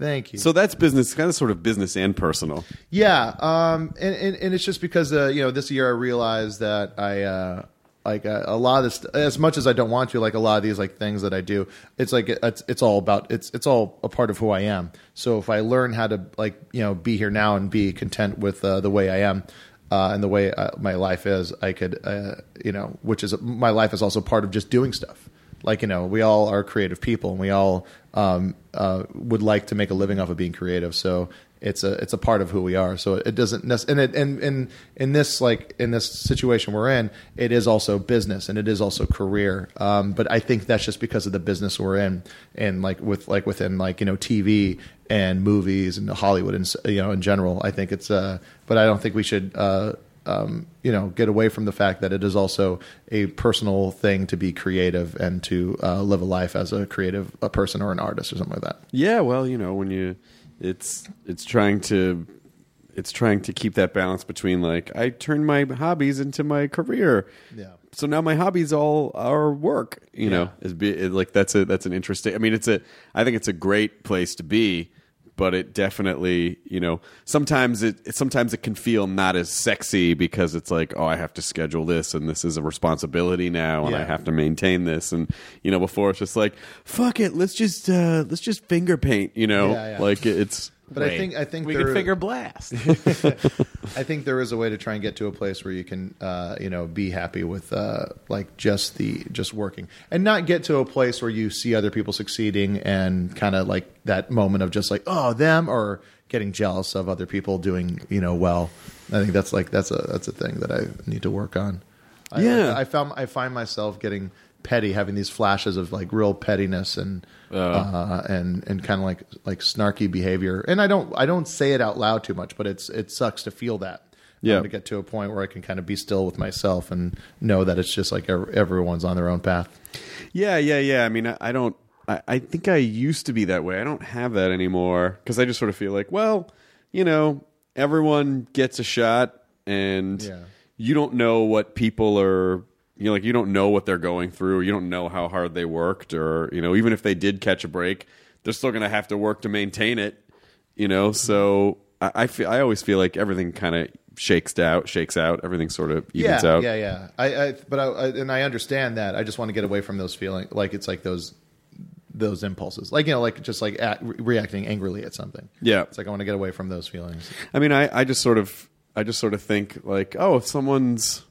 Speaker 4: Thank you.
Speaker 1: So that's business, kind of sort of business and personal.
Speaker 4: Yeah, um, and, and and it's just because uh, you know this year I realized that I uh, like uh, a lot of this as much as I don't want to like a lot of these like things that I do it's like it's it's all about it's it's all a part of who I am. So if I learn how to like you know be here now and be content with uh, the way I am. Uh, and the way uh, my life is, I could, uh, you know, which is my life is also part of just doing stuff like you know we all are creative people and we all um, uh, would like to make a living off of being creative so it's a it's a part of who we are so it doesn't nec- and it and in in this like in this situation we're in it is also business and it is also career um, but i think that's just because of the business we're in and like with like within like you know tv and movies and hollywood and s- you know in general i think it's uh but i don't think we should uh um, you know, get away from the fact that it is also a personal thing to be creative and to uh, live a life as a creative a person or an artist or something like that.
Speaker 1: Yeah, well, you know, when you it's it's trying to it's trying to keep that balance between like I turn my hobbies into my career.
Speaker 4: Yeah.
Speaker 1: So now my hobbies all are work, you know. Is be it- like that's a that's an interesting. I mean, it's a I think it's a great place to be, but it definitely you know sometimes it sometimes it can feel not as sexy because it's like oh I have to schedule this and this is a responsibility now and I
Speaker 4: Yeah.
Speaker 1: have to maintain this and you know before it's just like fuck it let's just uh, let's just finger paint you know
Speaker 4: Yeah, yeah.
Speaker 1: like it's
Speaker 4: But I think I think
Speaker 7: we
Speaker 4: there,
Speaker 7: can figure blast.
Speaker 4: I think there is a way to try and get to a place where you can, uh, you know, be happy with uh, like just the just working and not get to a place where you see other people succeeding and kind of like that moment of just like oh them or getting jealous of other people doing you know well. I think that's like that's a that's a thing that I need to work on. I,
Speaker 1: Yeah.
Speaker 4: I, found I find myself getting petty, having these flashes of like real pettiness and uh, and and kind of like like snarky behavior. And I don't I don't say it out loud too much, but it's it sucks to feel that.
Speaker 1: Yeah.
Speaker 4: Um, to get to a point where I can kind of be still with myself and know that it's just like ev- everyone's on their own path.
Speaker 1: Yeah, yeah, yeah. I mean, I, I don't. I, I think I used to be that way. I don't have that anymore because I just sort of feel like, well, you know, everyone gets a shot, and
Speaker 4: Yeah.
Speaker 1: you don't know what people are. You know, like you don't know what they're going through. Or you don't know how hard they worked, or you know, even if they did catch a break, they're still going to have to work to maintain it. You know, so I, I feel I always feel like everything kind of shakes out, shakes out. Everything sort of evens
Speaker 4: yeah,
Speaker 1: out.
Speaker 4: Yeah, yeah. I, I but I, I and I understand that. I just want to get away from those feeling like it's like those those impulses, like you know, like just like at, re- reacting angrily at something.
Speaker 1: Yeah.
Speaker 4: it's like I want to get away from those feelings.
Speaker 1: I mean, I, I just sort of, I just sort of think like, oh, if someone's,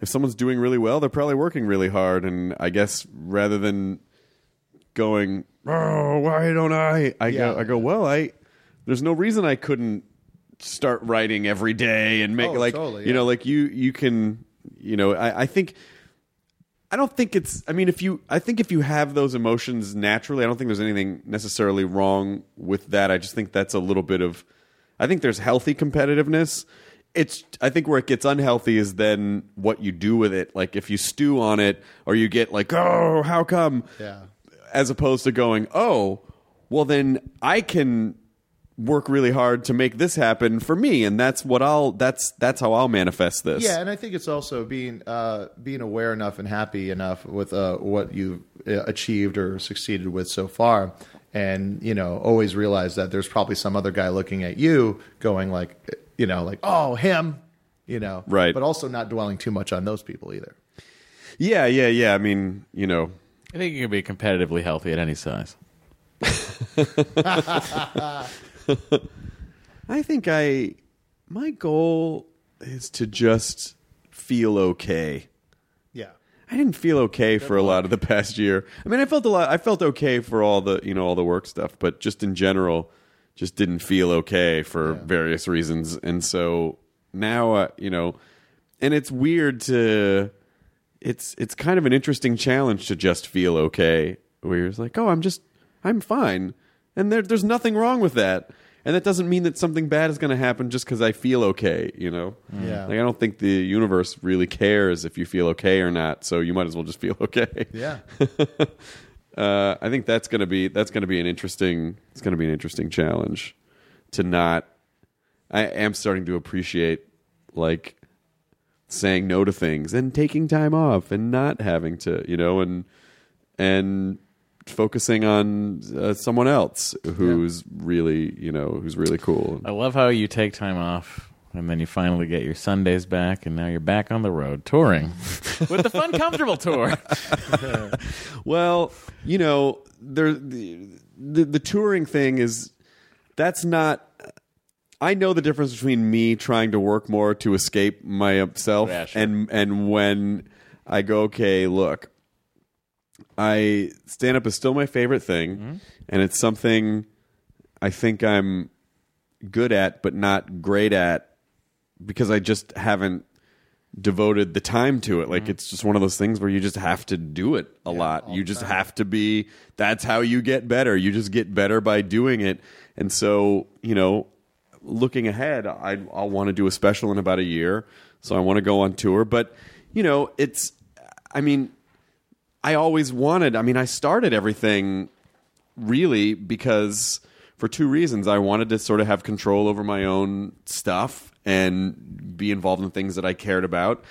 Speaker 1: if someone's doing really well, they're probably working really hard, and I guess rather than going, oh, why don't I? I
Speaker 4: Yeah.
Speaker 1: go, I go, well, I, there's no reason I couldn't start writing every day and make
Speaker 4: Oh,
Speaker 1: like,
Speaker 4: totally,
Speaker 1: you know,
Speaker 4: yeah.
Speaker 1: like you, you can, you know, I, I think. I don't think it's. I mean, if you, I think if you have those emotions naturally, I don't think there's anything necessarily wrong with that. I just think that's a little bit of. I think there's healthy competitiveness. It's. I think where it gets unhealthy is then what you do with it. Like if you stew on it, or you get like, oh, how come?
Speaker 4: Yeah.
Speaker 1: As opposed to going, oh, well, then I can work really hard to make this happen for me, and that's what I'll. That's that's how I'll manifest this.
Speaker 4: Yeah, and I think it's also being uh, being aware enough and happy enough with uh, what you've uh, achieved or succeeded with so far, and you know, always realize that there's probably some other guy looking at you, going like, you know, like, oh, him, you know,
Speaker 1: Right.
Speaker 4: But also not dwelling too much on those people either.
Speaker 1: Yeah. Yeah. Yeah. I mean, you know.
Speaker 7: I think you can be competitively healthy at any size.
Speaker 1: I think I my goal is to just feel okay.
Speaker 4: Yeah.
Speaker 1: I didn't feel okay for a lot of the past year. I mean, I felt a lot I felt okay for all the, you know, all the work stuff, but just in general just didn't feel okay for various reasons. And so now, uh, you know, and it's weird to it's it's kind of an interesting challenge to just feel okay. Where you're just like, oh, I'm just I'm fine, and there, there's nothing wrong with that. And that doesn't mean that something bad is going to happen just because I feel okay. You know,
Speaker 4: Yeah.
Speaker 1: Like I don't think the universe really cares if you feel okay or not. So you might as well just feel okay.
Speaker 4: Yeah.
Speaker 1: Uh, I think that's gonna be that's gonna be an interesting it's gonna be an interesting challenge to not. I am starting to appreciate like saying no to things and taking time off and not having to you know and and focusing on uh, someone else who's really you know who's really cool.
Speaker 7: I love how you take time off and then you finally get your Sundays back, and now you're back on the road touring with the Fun Comfortable Tour.
Speaker 1: Well, you know, there the, the the touring thing is that's not. I know the difference between me trying to work more to escape myself
Speaker 7: Yeah, sure.
Speaker 1: and and when I go, okay, look, I stand up is still my favorite thing,
Speaker 7: Mm-hmm.
Speaker 1: and it's something I think I'm good at, but not great at because I just haven't devoted the time to it. Like it's just one of those things where you just have to do it a lot. You just have to be that's how you get better. You just get better by doing it. And so, you know, looking ahead, I I'll want to do a special in about a year. So I want to go on tour, but you know, it's I mean, I always wanted, I mean, I started everything really because for two reasons i wanted to sort of have control over my own stuff and be involved in things that i cared about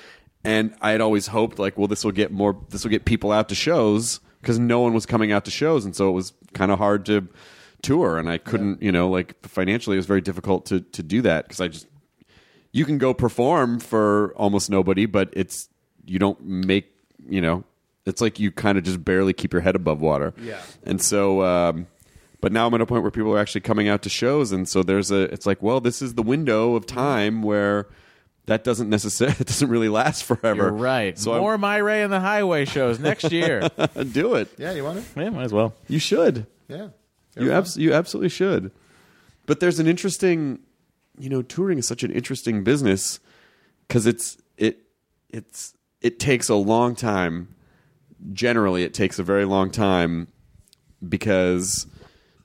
Speaker 1: and i had always hoped like well this will get more this will get people out to shows because no one was coming out to shows and so it was kind of hard to tour, and I couldn't, you know, like financially, it was very difficult to to do that because I just you can go perform for almost nobody, but it's you don't make you know it's like you kind of just barely keep your head above water.
Speaker 4: Yeah.
Speaker 1: And so, um, but now I'm at a point where people are actually coming out to shows, and so there's a it's like well, this is the window of time where. That doesn't necessarily it doesn't really last forever.
Speaker 7: You're right.
Speaker 1: So
Speaker 7: More My Ray and the Highway shows next year. yeah,
Speaker 1: I'm, do it.
Speaker 4: Yeah, you want it?
Speaker 7: might as well.
Speaker 1: You should.
Speaker 4: Yeah.
Speaker 1: You abs- you absolutely should. But there's an interesting, you know, touring is such an interesting business because it's it it's it takes a long time. Generally, it takes a very long time because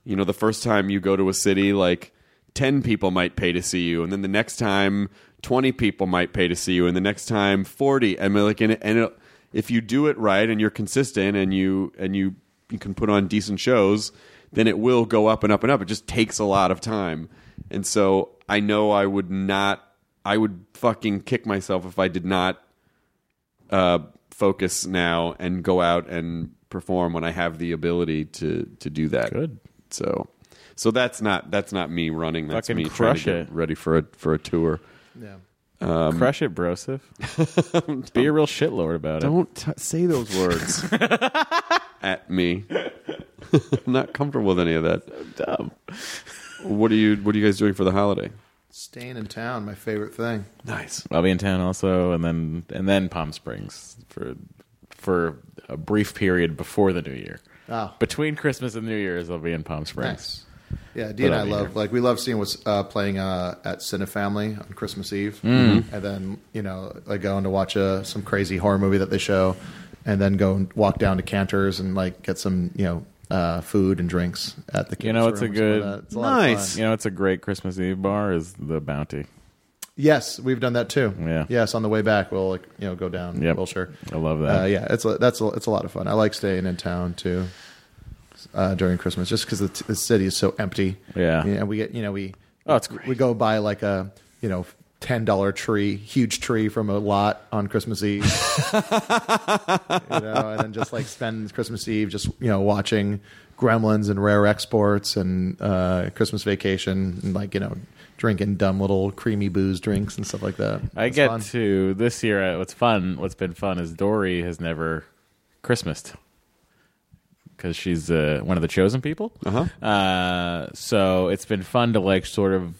Speaker 1: you know the first time you go to a city, like ten people might pay to see you, and then the next time twenty people might pay to see you, and the next time forty, and like and, and it, if you do it right and you're consistent and you and you you can put on decent shows, then it will go up and up and up. It just takes a lot of time. And so I know I would not, I would fucking kick myself if I did not uh, focus now and go out and perform when I have the ability to to do that.
Speaker 7: Good.
Speaker 1: So, so that's not that's not me running. That's
Speaker 7: Fucking
Speaker 1: me trying to
Speaker 7: crush
Speaker 1: get
Speaker 7: it.
Speaker 1: ready for a for a tour.
Speaker 4: Yeah.
Speaker 7: Crush it, Brosif. Be a real shitlord about it.
Speaker 1: Don't t- say those words at me. I'm not comfortable with any of that. dumb. What are you What are you guys doing for the holiday?
Speaker 4: Staying in town, my favorite thing.
Speaker 1: Nice.
Speaker 7: I'll be in town also, and then and then Palm Springs for for a brief period before the New Year.
Speaker 4: Oh.
Speaker 7: Between Christmas and New Year's, I'll be in Palm Springs.
Speaker 4: Nice. Yeah, Dee and
Speaker 7: I'll
Speaker 4: I
Speaker 7: be
Speaker 4: love
Speaker 7: here.
Speaker 4: like we love seeing what's uh, playing uh, at Cine Family on Christmas Eve,
Speaker 7: Mm-hmm.
Speaker 4: and then you know like going to watch a, some crazy horror movie that they show, and then go and walk down to Cantor's and like get some you know uh, food and drinks at the.
Speaker 7: You know, it's a
Speaker 4: room, something
Speaker 7: good-
Speaker 4: like that. It's a lot of
Speaker 1: Nice.
Speaker 4: fun.
Speaker 7: You know, it's a great Christmas Eve bar is the Bounty.
Speaker 4: Yes, we've done that too.
Speaker 7: Yeah.
Speaker 4: Yes, on the way back we'll like you know go down
Speaker 7: Yep.
Speaker 4: Wilshire.
Speaker 7: I love that.
Speaker 4: Uh, yeah, it's a, that's a, it's a lot of fun. I like staying in town too uh, during Christmas, just because the, t- the city is so empty.
Speaker 7: Yeah.
Speaker 4: and we get you know we
Speaker 7: Oh, it's great.
Speaker 4: we go buy like a you know ten dollar tree, huge tree from a lot on Christmas Eve. you know, and then just like spend Christmas Eve just you know watching Gremlins and Rare Exports and uh, Christmas Vacation and like you know drinking dumb little creamy booze drinks and stuff like that.
Speaker 7: I
Speaker 4: It's
Speaker 7: get
Speaker 4: fun.
Speaker 7: to this year. uh, What's fun? What's been fun is Dory has never Christmased because she's uh, one of the chosen people. Uh-huh. So it's been fun to like sort of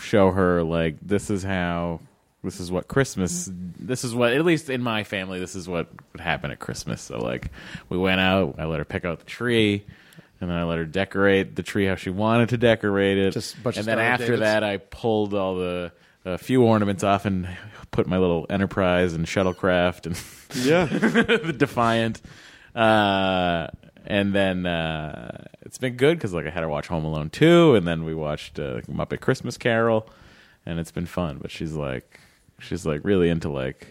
Speaker 7: show her like this is how this is what Christmas. This is what at least in my family this is what would happen at Christmas. So like we went out. I let her pick out the tree. And then I let her decorate the tree how she wanted to decorate it.
Speaker 4: Just a bunch of
Speaker 7: and then
Speaker 4: Star Wars
Speaker 7: after
Speaker 4: Davids.
Speaker 7: that, that I pulled all the a few ornaments off and put my little Enterprise and shuttlecraft and
Speaker 1: Yeah.
Speaker 7: the Defiant. Uh, and then uh, it's been good because like I had her watch Home Alone two, and then we watched uh, Muppet Christmas Carol, and it's been fun. But she's like, she's like really into like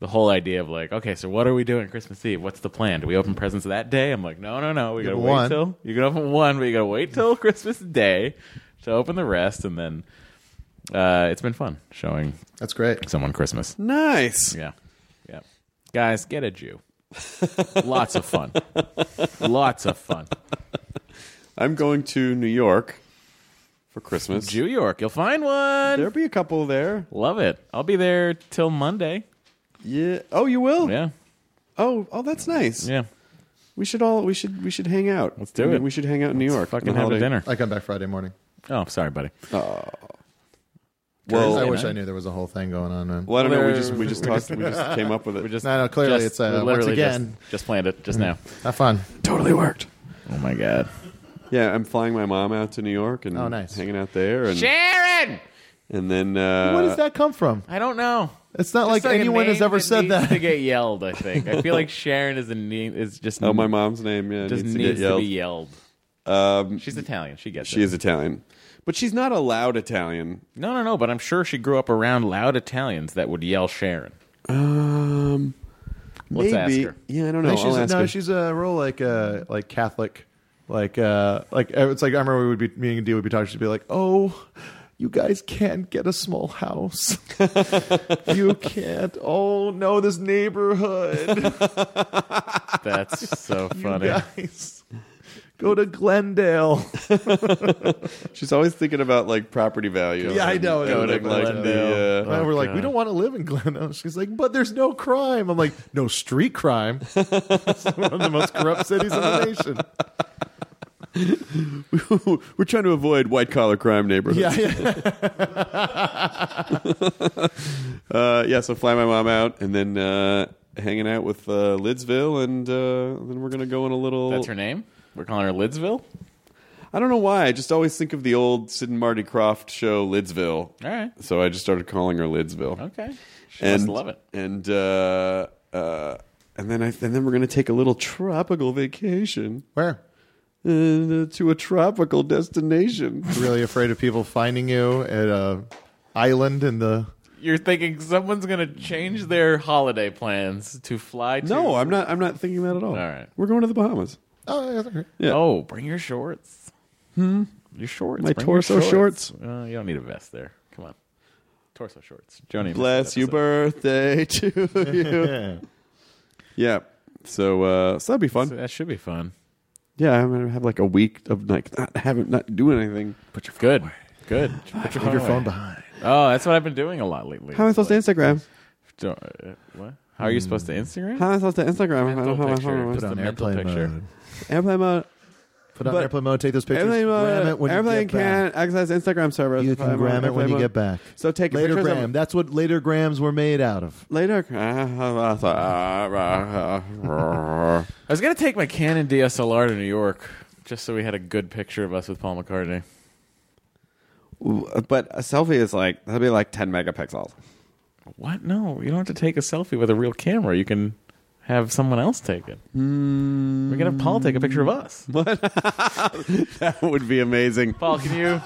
Speaker 7: the whole idea of like, okay, so what are we doing Christmas Eve? What's the plan? Do we open presents that day? I'm like, no, no, no. We gotta
Speaker 4: open
Speaker 7: wait
Speaker 4: one.
Speaker 7: till you can open one, but you gotta wait till Christmas Day to open the rest, and then uh, it's been fun showing
Speaker 4: That's great.
Speaker 7: someone Christmas.
Speaker 1: nice.
Speaker 7: Yeah, yeah. Guys, get a Jew. Lots of fun. Lots of fun.
Speaker 1: I'm going to New York for Christmas.
Speaker 7: Jew York, you'll find one.
Speaker 1: There'll be a couple there.
Speaker 7: Love it. I'll be there till Monday.
Speaker 1: Yeah. Oh, you will.
Speaker 7: Yeah,
Speaker 1: Oh, oh, that's nice.
Speaker 7: yeah.
Speaker 1: We should all we should we should hang out.
Speaker 7: Let's do
Speaker 1: I mean,
Speaker 7: it.
Speaker 1: We should hang out in New York.
Speaker 7: Fucking
Speaker 1: on the
Speaker 7: have a
Speaker 1: holiday.
Speaker 7: dinner.
Speaker 4: I come back Friday morning.
Speaker 7: Oh, sorry, buddy.
Speaker 1: Well,
Speaker 4: I
Speaker 7: Thursday
Speaker 4: wish
Speaker 7: night.
Speaker 4: I knew there was a whole thing going on, man.
Speaker 1: well, I don't know. We
Speaker 7: There-
Speaker 1: just we just talked. We just came up with it.
Speaker 7: We just
Speaker 4: No, no, clearly
Speaker 7: just-
Speaker 4: it's, uh,
Speaker 7: we
Speaker 4: once
Speaker 7: literally
Speaker 4: again-
Speaker 7: just, just planned it just now.
Speaker 1: Mm.
Speaker 4: Have fun.
Speaker 1: totally worked.
Speaker 7: Oh my god.
Speaker 1: Yeah, I'm flying my mom out to New York and
Speaker 4: Oh, nice.
Speaker 1: hanging out there, and
Speaker 7: Sharon.
Speaker 1: and then uh,
Speaker 4: Where does that come from?
Speaker 7: I don't know.
Speaker 4: It's not like,
Speaker 7: Just a
Speaker 4: anyone has
Speaker 7: name
Speaker 4: ever said
Speaker 7: needs
Speaker 4: that.
Speaker 7: To get yelled, I think. I feel like Sharon is a ne- is just
Speaker 1: Oh, my mom's name. Yeah,
Speaker 7: just
Speaker 1: needs,
Speaker 7: needs,
Speaker 1: to get yelled.
Speaker 7: be yelled.
Speaker 1: Um,
Speaker 7: She's Italian. She gets it.
Speaker 1: she is Italian, but she's not a loud Italian.
Speaker 7: No, no, no. But I'm sure she grew up around loud Italians that would yell Sharon.
Speaker 1: Um,
Speaker 7: Let's ask
Speaker 1: maybe.
Speaker 7: her.
Speaker 1: Yeah, I don't
Speaker 4: I
Speaker 1: know.
Speaker 4: think
Speaker 1: I'll
Speaker 4: she's,
Speaker 1: ask
Speaker 4: no,
Speaker 1: her.
Speaker 4: she's a real like uh, like Catholic, like uh, like uh, it's like I remember we would be me and Dee would be talking. She'd be like, "Oh, you guys can't get a small house. you can't. Oh no, this neighborhood,
Speaker 7: That's so
Speaker 4: you
Speaker 7: funny.
Speaker 4: guys Go to Glendale.
Speaker 1: She's always thinking about like property value.
Speaker 4: Yeah, I know.
Speaker 1: And, and,
Speaker 4: Go to
Speaker 1: like the, uh,
Speaker 4: and we're like, we don't want to live in Glendale. She's like, but there's no crime. I'm like, no street crime. it's one of the most corrupt cities in the nation.
Speaker 1: uh, we're trying to avoid white collar crime neighborhoods.
Speaker 4: Yeah, yeah.
Speaker 1: Uh, yeah, so fly my mom out, and then uh, hanging out with uh, Lidsville, and uh, then we're gonna go on a little.
Speaker 7: That's her name. We're calling her Lidsville.
Speaker 1: I don't know why. I just always think of the old Sid and Marty Croft show, Lidsville.
Speaker 7: All right.
Speaker 1: So I just started calling her Lidsville.
Speaker 7: Okay. She
Speaker 1: and
Speaker 7: must love it.
Speaker 1: And uh, uh, and then I and then we're gonna take a little tropical vacation
Speaker 4: Where?
Speaker 1: uh, to a tropical destination.
Speaker 4: Really afraid of people finding you at a island in the.
Speaker 7: You're thinking someone's going to change their holiday plans to fly to.
Speaker 1: No, I'm not. I'm not thinking that at all.
Speaker 7: All right.
Speaker 1: We're going to the Bahamas.
Speaker 4: Oh, yeah, okay.
Speaker 1: Yeah.
Speaker 7: Oh, bring your shorts. Hmm. Your shorts.
Speaker 1: My
Speaker 7: bring your
Speaker 1: torso shorts.
Speaker 7: Uh, you don't need a vest there. Come on. Torso shorts. Joni. missed
Speaker 1: Bless
Speaker 7: that
Speaker 1: you,
Speaker 7: episode.
Speaker 1: birthday to you.
Speaker 4: Yeah.
Speaker 1: yeah. So, uh, so that'd be fun.
Speaker 7: So that should be fun.
Speaker 1: Yeah, I'm gonna have like a week of like not having not doing anything.
Speaker 7: Put your good. Good. Put
Speaker 4: Leave your
Speaker 7: away.
Speaker 4: phone behind.
Speaker 7: Oh, that's what I've been doing a lot lately.
Speaker 1: How am I supposed to Instagram?
Speaker 7: Don't- uh, What? How are you supposed to Instagram?
Speaker 1: How am I supposed to Instagram if I don't have my
Speaker 7: Mental picture. Put
Speaker 1: phone? on?
Speaker 7: Just
Speaker 4: Put
Speaker 7: a
Speaker 4: on
Speaker 7: mental
Speaker 4: airplane
Speaker 7: picture.
Speaker 4: mode.
Speaker 1: Airplane mode.
Speaker 4: Put on
Speaker 1: But-
Speaker 4: airplane mode. Take those pictures.
Speaker 1: Airplane
Speaker 4: gram it
Speaker 1: mode.
Speaker 4: when you
Speaker 1: Airplane
Speaker 4: get back.
Speaker 1: can access Instagram server.
Speaker 4: You can gram it when you get back.
Speaker 1: So take
Speaker 4: Later
Speaker 1: pictures of-
Speaker 4: gram. That's what later grams were made out of.
Speaker 1: Later.
Speaker 7: I was gonna take my Canon DSLR to New York just so we had a good picture of us with Paul McCartney.
Speaker 1: but a selfie is like that'd be like 10 megapixels.
Speaker 7: What? No, you don't have to take a selfie with a real camera. You can have someone else take it.
Speaker 1: Hmm.
Speaker 7: We can have Paul take a picture of us.
Speaker 1: That would be amazing.
Speaker 7: Paul, can you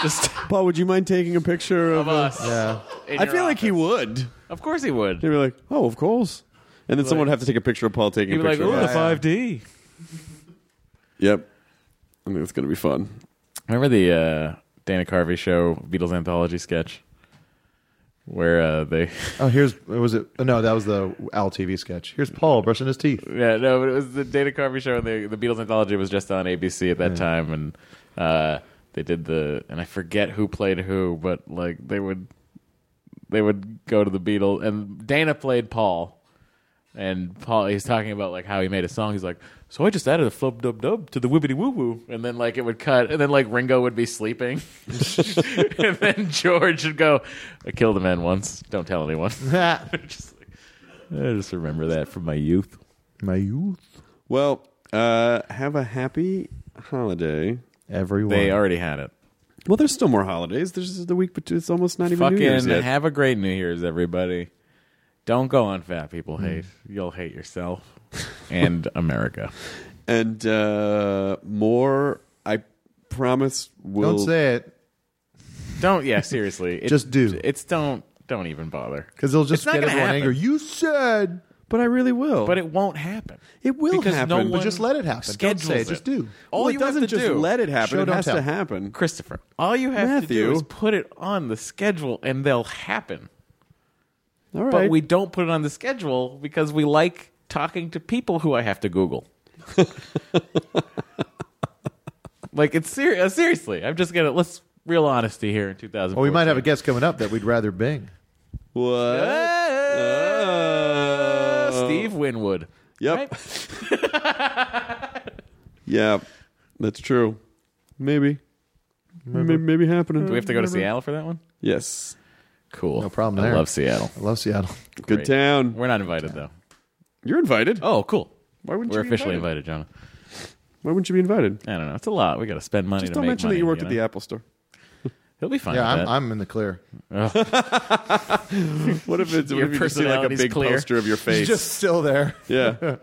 Speaker 7: just
Speaker 1: Paul, would you mind taking a picture of,
Speaker 7: of us?
Speaker 4: Yeah.
Speaker 7: in
Speaker 1: I
Speaker 7: your
Speaker 1: feel like he
Speaker 7: office?
Speaker 1: would.
Speaker 7: Of course he would.
Speaker 1: He'd be like, "Oh, of course." And then someone would have to take a picture of Paul taking
Speaker 7: He'd
Speaker 1: a
Speaker 7: be like,
Speaker 1: picture.
Speaker 7: "Oh,
Speaker 1: of
Speaker 7: the
Speaker 1: us.
Speaker 7: five D."
Speaker 1: Yep. I think it's gonna be fun.
Speaker 7: Remember the uh, Dana Carvey show Beatles anthology sketch where uh, they
Speaker 4: Oh, here's what was it? No, that was the Owl TV sketch. Here's Paul brushing his teeth.
Speaker 7: Yeah, no, but it was the Dana Carvey show, and the the Beatles anthology was just on ABC at that time, and uh, they did the and I forget who played who, but like they would they would go to the Beatles, and Dana played Paul, and Paul he's talking about like how he made a song. He's like, so I just added a flub dub dub to the wibbity woo woo, and then like it would cut, and then like Ringo would be sleeping, and then George would go, I killed a man once, don't tell anyone. just like, I just remember that from my youth.
Speaker 4: My youth.
Speaker 1: Well, uh, have a happy holiday.
Speaker 4: Everyone.
Speaker 7: They already had it.
Speaker 1: Well, there's still more holidays. There's the week, but it's almost not even New Year's
Speaker 7: Fucking
Speaker 1: yet.
Speaker 7: have a great New Year's, everybody. Don't go on fat people hate. You'll hate yourself and America.
Speaker 1: and uh, more. I promise. We'll
Speaker 4: Don't say it
Speaker 7: Don't. Yeah, seriously. It-
Speaker 4: Just do.
Speaker 7: It's don't. Don't even bother.
Speaker 4: because they'll
Speaker 7: It's
Speaker 4: just
Speaker 7: not
Speaker 4: get
Speaker 7: gonna
Speaker 4: everyone
Speaker 7: happen.
Speaker 4: angry. You said,
Speaker 1: but I really will.
Speaker 7: But it won't happen.
Speaker 1: It will
Speaker 7: because
Speaker 1: happen.
Speaker 7: No
Speaker 1: But
Speaker 4: but
Speaker 7: one
Speaker 4: just let it happen. Don't
Speaker 7: schedules
Speaker 4: say it.
Speaker 7: it.
Speaker 4: Just do.
Speaker 7: All
Speaker 1: well, it
Speaker 7: you
Speaker 1: doesn't
Speaker 7: have to
Speaker 1: just
Speaker 7: do,
Speaker 1: let it happen.
Speaker 4: Show,
Speaker 1: it
Speaker 4: don't
Speaker 1: has
Speaker 4: tell.
Speaker 1: to happen.
Speaker 7: Christopher. All you have to
Speaker 1: Matthew.
Speaker 7: do is put it on the schedule, and they'll happen.
Speaker 1: All right.
Speaker 7: But we don't put it on the schedule because we like talking to people who I have to Google. like it's serious. Seriously, I'm just gonna let's real honesty here in 2000.
Speaker 4: Well, we might have a guest coming up that we'd rather Bing.
Speaker 1: what? Oh.
Speaker 7: Steve Winwood.
Speaker 1: Yep. Yeah, that's true. Maybe. Maybe, maybe happening.
Speaker 7: Do we have to go to Seattle for that one?
Speaker 1: Yes.
Speaker 7: Cool.
Speaker 4: No problem
Speaker 7: I
Speaker 4: there.
Speaker 7: love Seattle.
Speaker 4: I love Seattle.
Speaker 1: Good
Speaker 7: Great.
Speaker 1: town.
Speaker 7: We're not invited though.
Speaker 1: You're invited.
Speaker 7: Oh, cool.
Speaker 1: Why wouldn't
Speaker 7: We're
Speaker 1: you be
Speaker 7: officially invited, Jonah.
Speaker 1: Why wouldn't you be invited?
Speaker 7: I don't know. It's a lot. We got to spend money.
Speaker 1: Just
Speaker 7: to
Speaker 1: don't
Speaker 7: make
Speaker 1: mention
Speaker 7: money,
Speaker 1: that you worked at
Speaker 7: know?
Speaker 1: the Apple Store.
Speaker 7: He'll be fine.
Speaker 4: Yeah,
Speaker 7: with
Speaker 4: I'm,
Speaker 7: that.
Speaker 4: I'm in the clear.
Speaker 1: What if it's what
Speaker 7: Your
Speaker 1: if you just see like a
Speaker 7: personality's
Speaker 1: big
Speaker 7: clear.
Speaker 1: poster of your face?
Speaker 4: Just still there.
Speaker 1: yeah,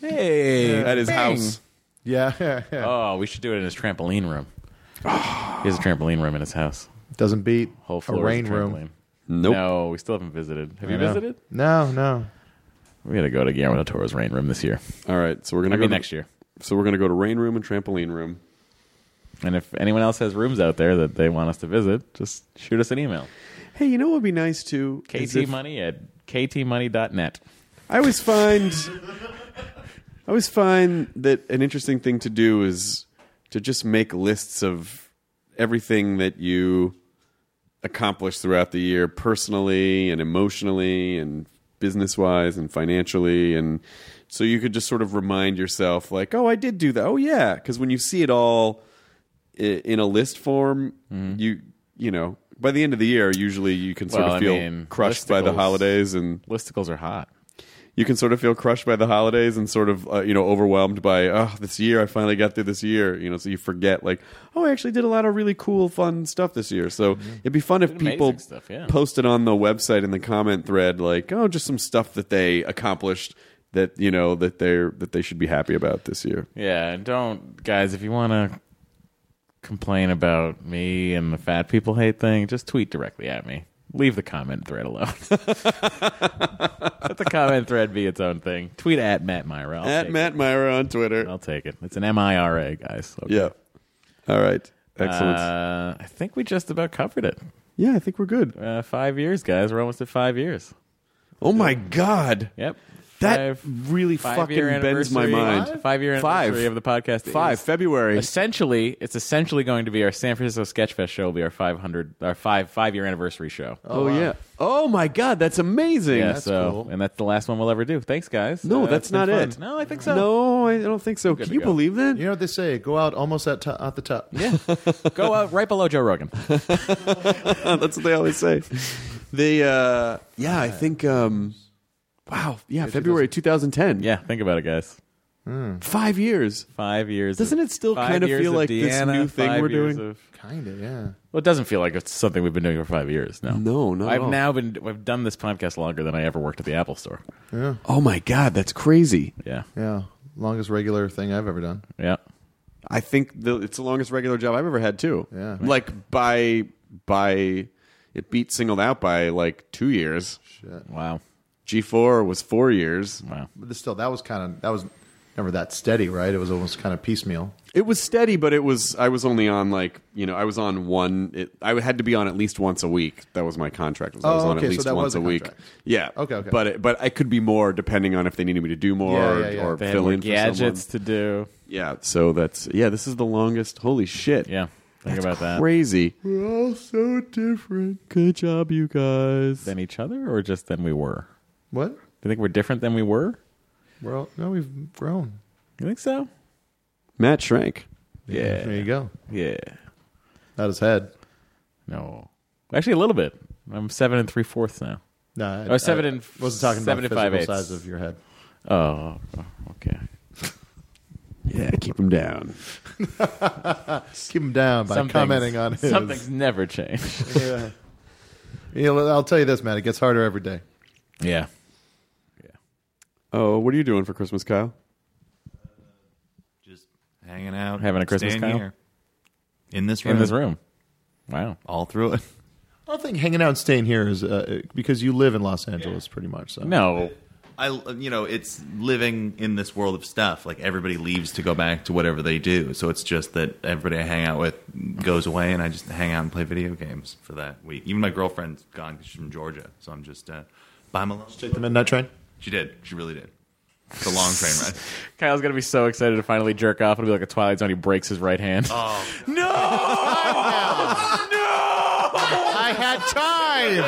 Speaker 7: Hey,
Speaker 1: at his
Speaker 7: bang.
Speaker 1: house.
Speaker 4: Yeah.
Speaker 7: Oh, we should do it in his trampoline room. he has a trampoline room in his house.
Speaker 4: Doesn't beat
Speaker 7: Whole
Speaker 4: a
Speaker 7: floor is
Speaker 4: rain
Speaker 7: a trampoline.
Speaker 4: room.
Speaker 1: Nope.
Speaker 7: No, we still haven't visited. Have you
Speaker 4: I know.
Speaker 7: visited?
Speaker 4: No, no.
Speaker 7: We gotta go to Guillermo del Toro's rain room this year.
Speaker 1: All right, so we're gonna
Speaker 7: I
Speaker 1: go
Speaker 7: mean
Speaker 1: to-
Speaker 7: next year.
Speaker 1: So we're gonna go to Rain Room and Trampoline Room.
Speaker 7: And if anyone else has rooms out there that they want us to visit, just shoot us an email.
Speaker 1: Hey, you know what would be nice too? is if-
Speaker 7: KTmoney at ktmoney.net.
Speaker 1: I always find I always find that an interesting thing to do is to just make lists of everything that you accomplished throughout the year, personally and emotionally and business wise and financially. And so you could just sort of remind yourself, like, oh, I did do that. Oh, yeah. Because when you see it all i- in a list form, you, you know, by the end of the year, usually you can sort
Speaker 7: Mm-hmm. Well, I
Speaker 1: of feel
Speaker 7: mean,
Speaker 1: crushed by the
Speaker 7: listicles-
Speaker 1: holidays and
Speaker 7: Listicles are hot.
Speaker 1: you can sort of feel crushed by the holidays and sort of uh, you know overwhelmed by oh this year I finally got through this year you know so you forget like oh I actually did a lot of really cool fun stuff this year so it'd be fun if
Speaker 7: Amazing
Speaker 1: people
Speaker 7: stuff, yeah.
Speaker 1: posted on the website in the comment thread like oh just some stuff that they accomplished that you know that they're that they should be happy about this year
Speaker 7: Yeah, and don't guys. If you want to complain about me and the fat people hate thing, just tweet directly at me. Leave the comment thread alone. Let the comment thread be its own thing. Tweet at Matt Myra. I'll
Speaker 1: at
Speaker 7: take
Speaker 1: Matt Myra on Twitter
Speaker 7: It. I'll take it. It's an M I R A, guys. Okay.
Speaker 1: yeah all right excellent
Speaker 7: Uh, I think we just about covered it.
Speaker 1: yeah I think we're good
Speaker 7: Uh, five years, guys. We're almost at five years.
Speaker 1: oh my god
Speaker 7: Yep.
Speaker 1: that
Speaker 7: Five-
Speaker 1: really
Speaker 7: five-year
Speaker 1: fucking bends my
Speaker 7: anniversary-
Speaker 1: mind
Speaker 7: Five year anniversary
Speaker 1: Five.
Speaker 7: of the podcast.
Speaker 1: five
Speaker 7: is-
Speaker 1: February
Speaker 7: essentially it's essentially going to be our San Francisco Sketchfest show will be our 500 our 5 5 year anniversary show.
Speaker 1: Oh, yeah. Oh my god, that's amazing.
Speaker 7: yeah, so and that's the last one we'll ever do. Thanks guys.
Speaker 1: no,
Speaker 7: Uh,
Speaker 1: that's
Speaker 7: it's been
Speaker 1: not
Speaker 7: fun.
Speaker 1: it.
Speaker 7: No, I think so.
Speaker 1: No, I don't think so. Can
Speaker 7: to
Speaker 1: you
Speaker 7: go.
Speaker 1: believe that?
Speaker 4: You know what they say? Go out almost at, to- at the top.
Speaker 7: Go out right below Joe Rogan.
Speaker 1: that's what they always say. They uh yeah, I think um wow, yeah, February 2010.
Speaker 7: yeah, think about it guys.
Speaker 1: 5 years.
Speaker 7: 5 years.
Speaker 1: Doesn't
Speaker 7: of-
Speaker 1: it still
Speaker 7: five
Speaker 1: kind of
Speaker 7: years
Speaker 1: feel
Speaker 7: of
Speaker 1: like this
Speaker 7: Deanna,
Speaker 1: new thing
Speaker 7: five
Speaker 1: we're
Speaker 7: years
Speaker 1: doing?
Speaker 7: of-
Speaker 4: Kind of, yeah.
Speaker 7: well, it doesn't feel like it's something we've been doing for 5 years, no.
Speaker 1: No, not at
Speaker 7: I've
Speaker 1: all.
Speaker 7: now been I've done this podcast longer than I ever worked at the Apple store.
Speaker 1: Oh my god, that's crazy.
Speaker 7: Yeah.
Speaker 4: Yeah. Longest regular thing I've ever done.
Speaker 7: Yeah.
Speaker 1: I think the, it's the longest regular job I've ever had too.
Speaker 4: Yeah.
Speaker 1: Like by by it beat singled out by like 2 years.
Speaker 7: Wow.
Speaker 1: G4 was 4 years.
Speaker 7: Wow.
Speaker 4: But this- still, that was kind of, that was never that steady, right? It was almost kind of piecemeal.
Speaker 1: It was steady, but it was I was only on like you know I was on one. It, I had to be on at least once a week. That was my contract. Was I
Speaker 4: Oh,
Speaker 1: was on
Speaker 4: okay,
Speaker 1: at
Speaker 4: so
Speaker 1: least
Speaker 4: that
Speaker 1: once
Speaker 4: was
Speaker 1: a
Speaker 4: a
Speaker 1: week.
Speaker 4: contract.
Speaker 1: Yeah.
Speaker 4: Okay, okay.
Speaker 1: But it, but I could be more depending on if they needed me to do more
Speaker 4: Yeah,
Speaker 1: or,
Speaker 4: yeah, yeah.
Speaker 1: or
Speaker 7: They had
Speaker 1: fill
Speaker 7: more
Speaker 1: in for
Speaker 7: gadgets
Speaker 1: someone.
Speaker 7: to do.
Speaker 1: Yeah. So that's yeah. This is the longest. Holy shit.
Speaker 7: Yeah. Think
Speaker 1: That's
Speaker 7: about that.
Speaker 1: Crazy. We're all so different. Good job, you guys.
Speaker 7: than each other or just than we were?
Speaker 4: What?
Speaker 7: Do you think we're different than we were?
Speaker 4: We're all, no, we've grown.
Speaker 7: You think so?
Speaker 1: Matt shrank.
Speaker 7: Yeah.
Speaker 4: There you go.
Speaker 7: Yeah.
Speaker 4: Not his head.
Speaker 7: No. Actually, a little bit. I'm seven and three fourths now.
Speaker 4: No, I,
Speaker 7: Oh, seven and f-
Speaker 4: wasn't talking
Speaker 7: seven and
Speaker 4: about the
Speaker 7: five-eighths.
Speaker 4: physical size of your head.
Speaker 7: Oh, okay.
Speaker 1: Yeah. Keep him down.
Speaker 4: Keep him down by
Speaker 7: Some things-
Speaker 4: commenting on his.
Speaker 7: Something's never changed.
Speaker 4: Yeah. You know, I'll tell you this, man. It gets harder every day.
Speaker 7: yeah.
Speaker 1: Oh, what are you doing for Christmas, Kyle?
Speaker 2: Just hanging out,
Speaker 7: Having a Christmas,
Speaker 2: staying
Speaker 7: Kyle?
Speaker 2: here in this room,
Speaker 7: In this room. Wow.
Speaker 2: all through it.
Speaker 4: I don't think hanging out and staying here is uh, because you live in Los Angeles, pretty much. So
Speaker 7: No.
Speaker 2: I, you know, it's living in this world of stuff. Like everybody leaves to go back to whatever they do, so it's just that everybody I hang out with goes away, and I just hang out and play video games for that week. Even my girlfriend's gone; 'cause she's from Georgia, so I'm just uh, by my alone.
Speaker 4: take the midnight train.
Speaker 2: She did. She really did. It's a long train ride.
Speaker 7: Kyle's going to be so excited to finally jerk off. It'll be like a Twilight Zone. He breaks his right
Speaker 4: Oh,
Speaker 7: hand.
Speaker 4: I had time.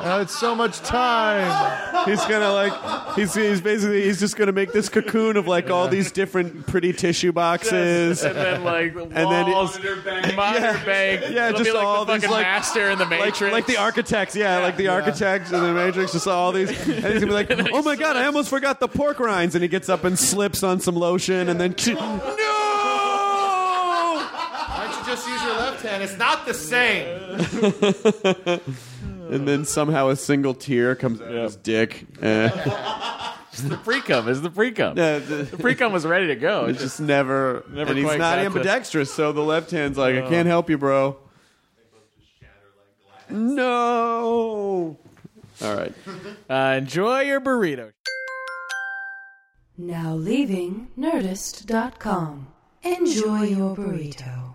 Speaker 4: I had so much time.
Speaker 1: He's gonna like he's he's basically he's just gonna make this cocoon of like all these different pretty tissue boxes.
Speaker 7: and then, like, walls,
Speaker 1: then it-
Speaker 7: monitor bank. Monitor bank.
Speaker 1: Yeah,
Speaker 7: It'll
Speaker 1: just
Speaker 7: be like
Speaker 1: all
Speaker 7: the
Speaker 1: these,
Speaker 7: fucking
Speaker 1: like-
Speaker 7: master in the
Speaker 1: Like,
Speaker 7: Matrix.
Speaker 1: like the architects, yeah, like the architects and the Matrix, just all these. And he's gonna be like, "Oh my god, I almost forgot the pork rinds!" And he gets up and slips on some lotion, and then no,
Speaker 4: Why don't you just use your left hand? It's not the same.
Speaker 1: and then somehow a single tear comes out of his dick. Uh,
Speaker 7: the pre-cum is the pre-cum.
Speaker 1: uh, th-
Speaker 7: The pre-cum was ready to go.
Speaker 1: it's just never,
Speaker 7: Never
Speaker 1: and he's
Speaker 7: quite
Speaker 1: not
Speaker 7: got to-
Speaker 1: ambidextrous, so the left hand's like, "I can't help you, bro." No. All right.
Speaker 7: Uh, enjoy your burrito.
Speaker 9: Now leaving Nerdist.com. Enjoy your burrito.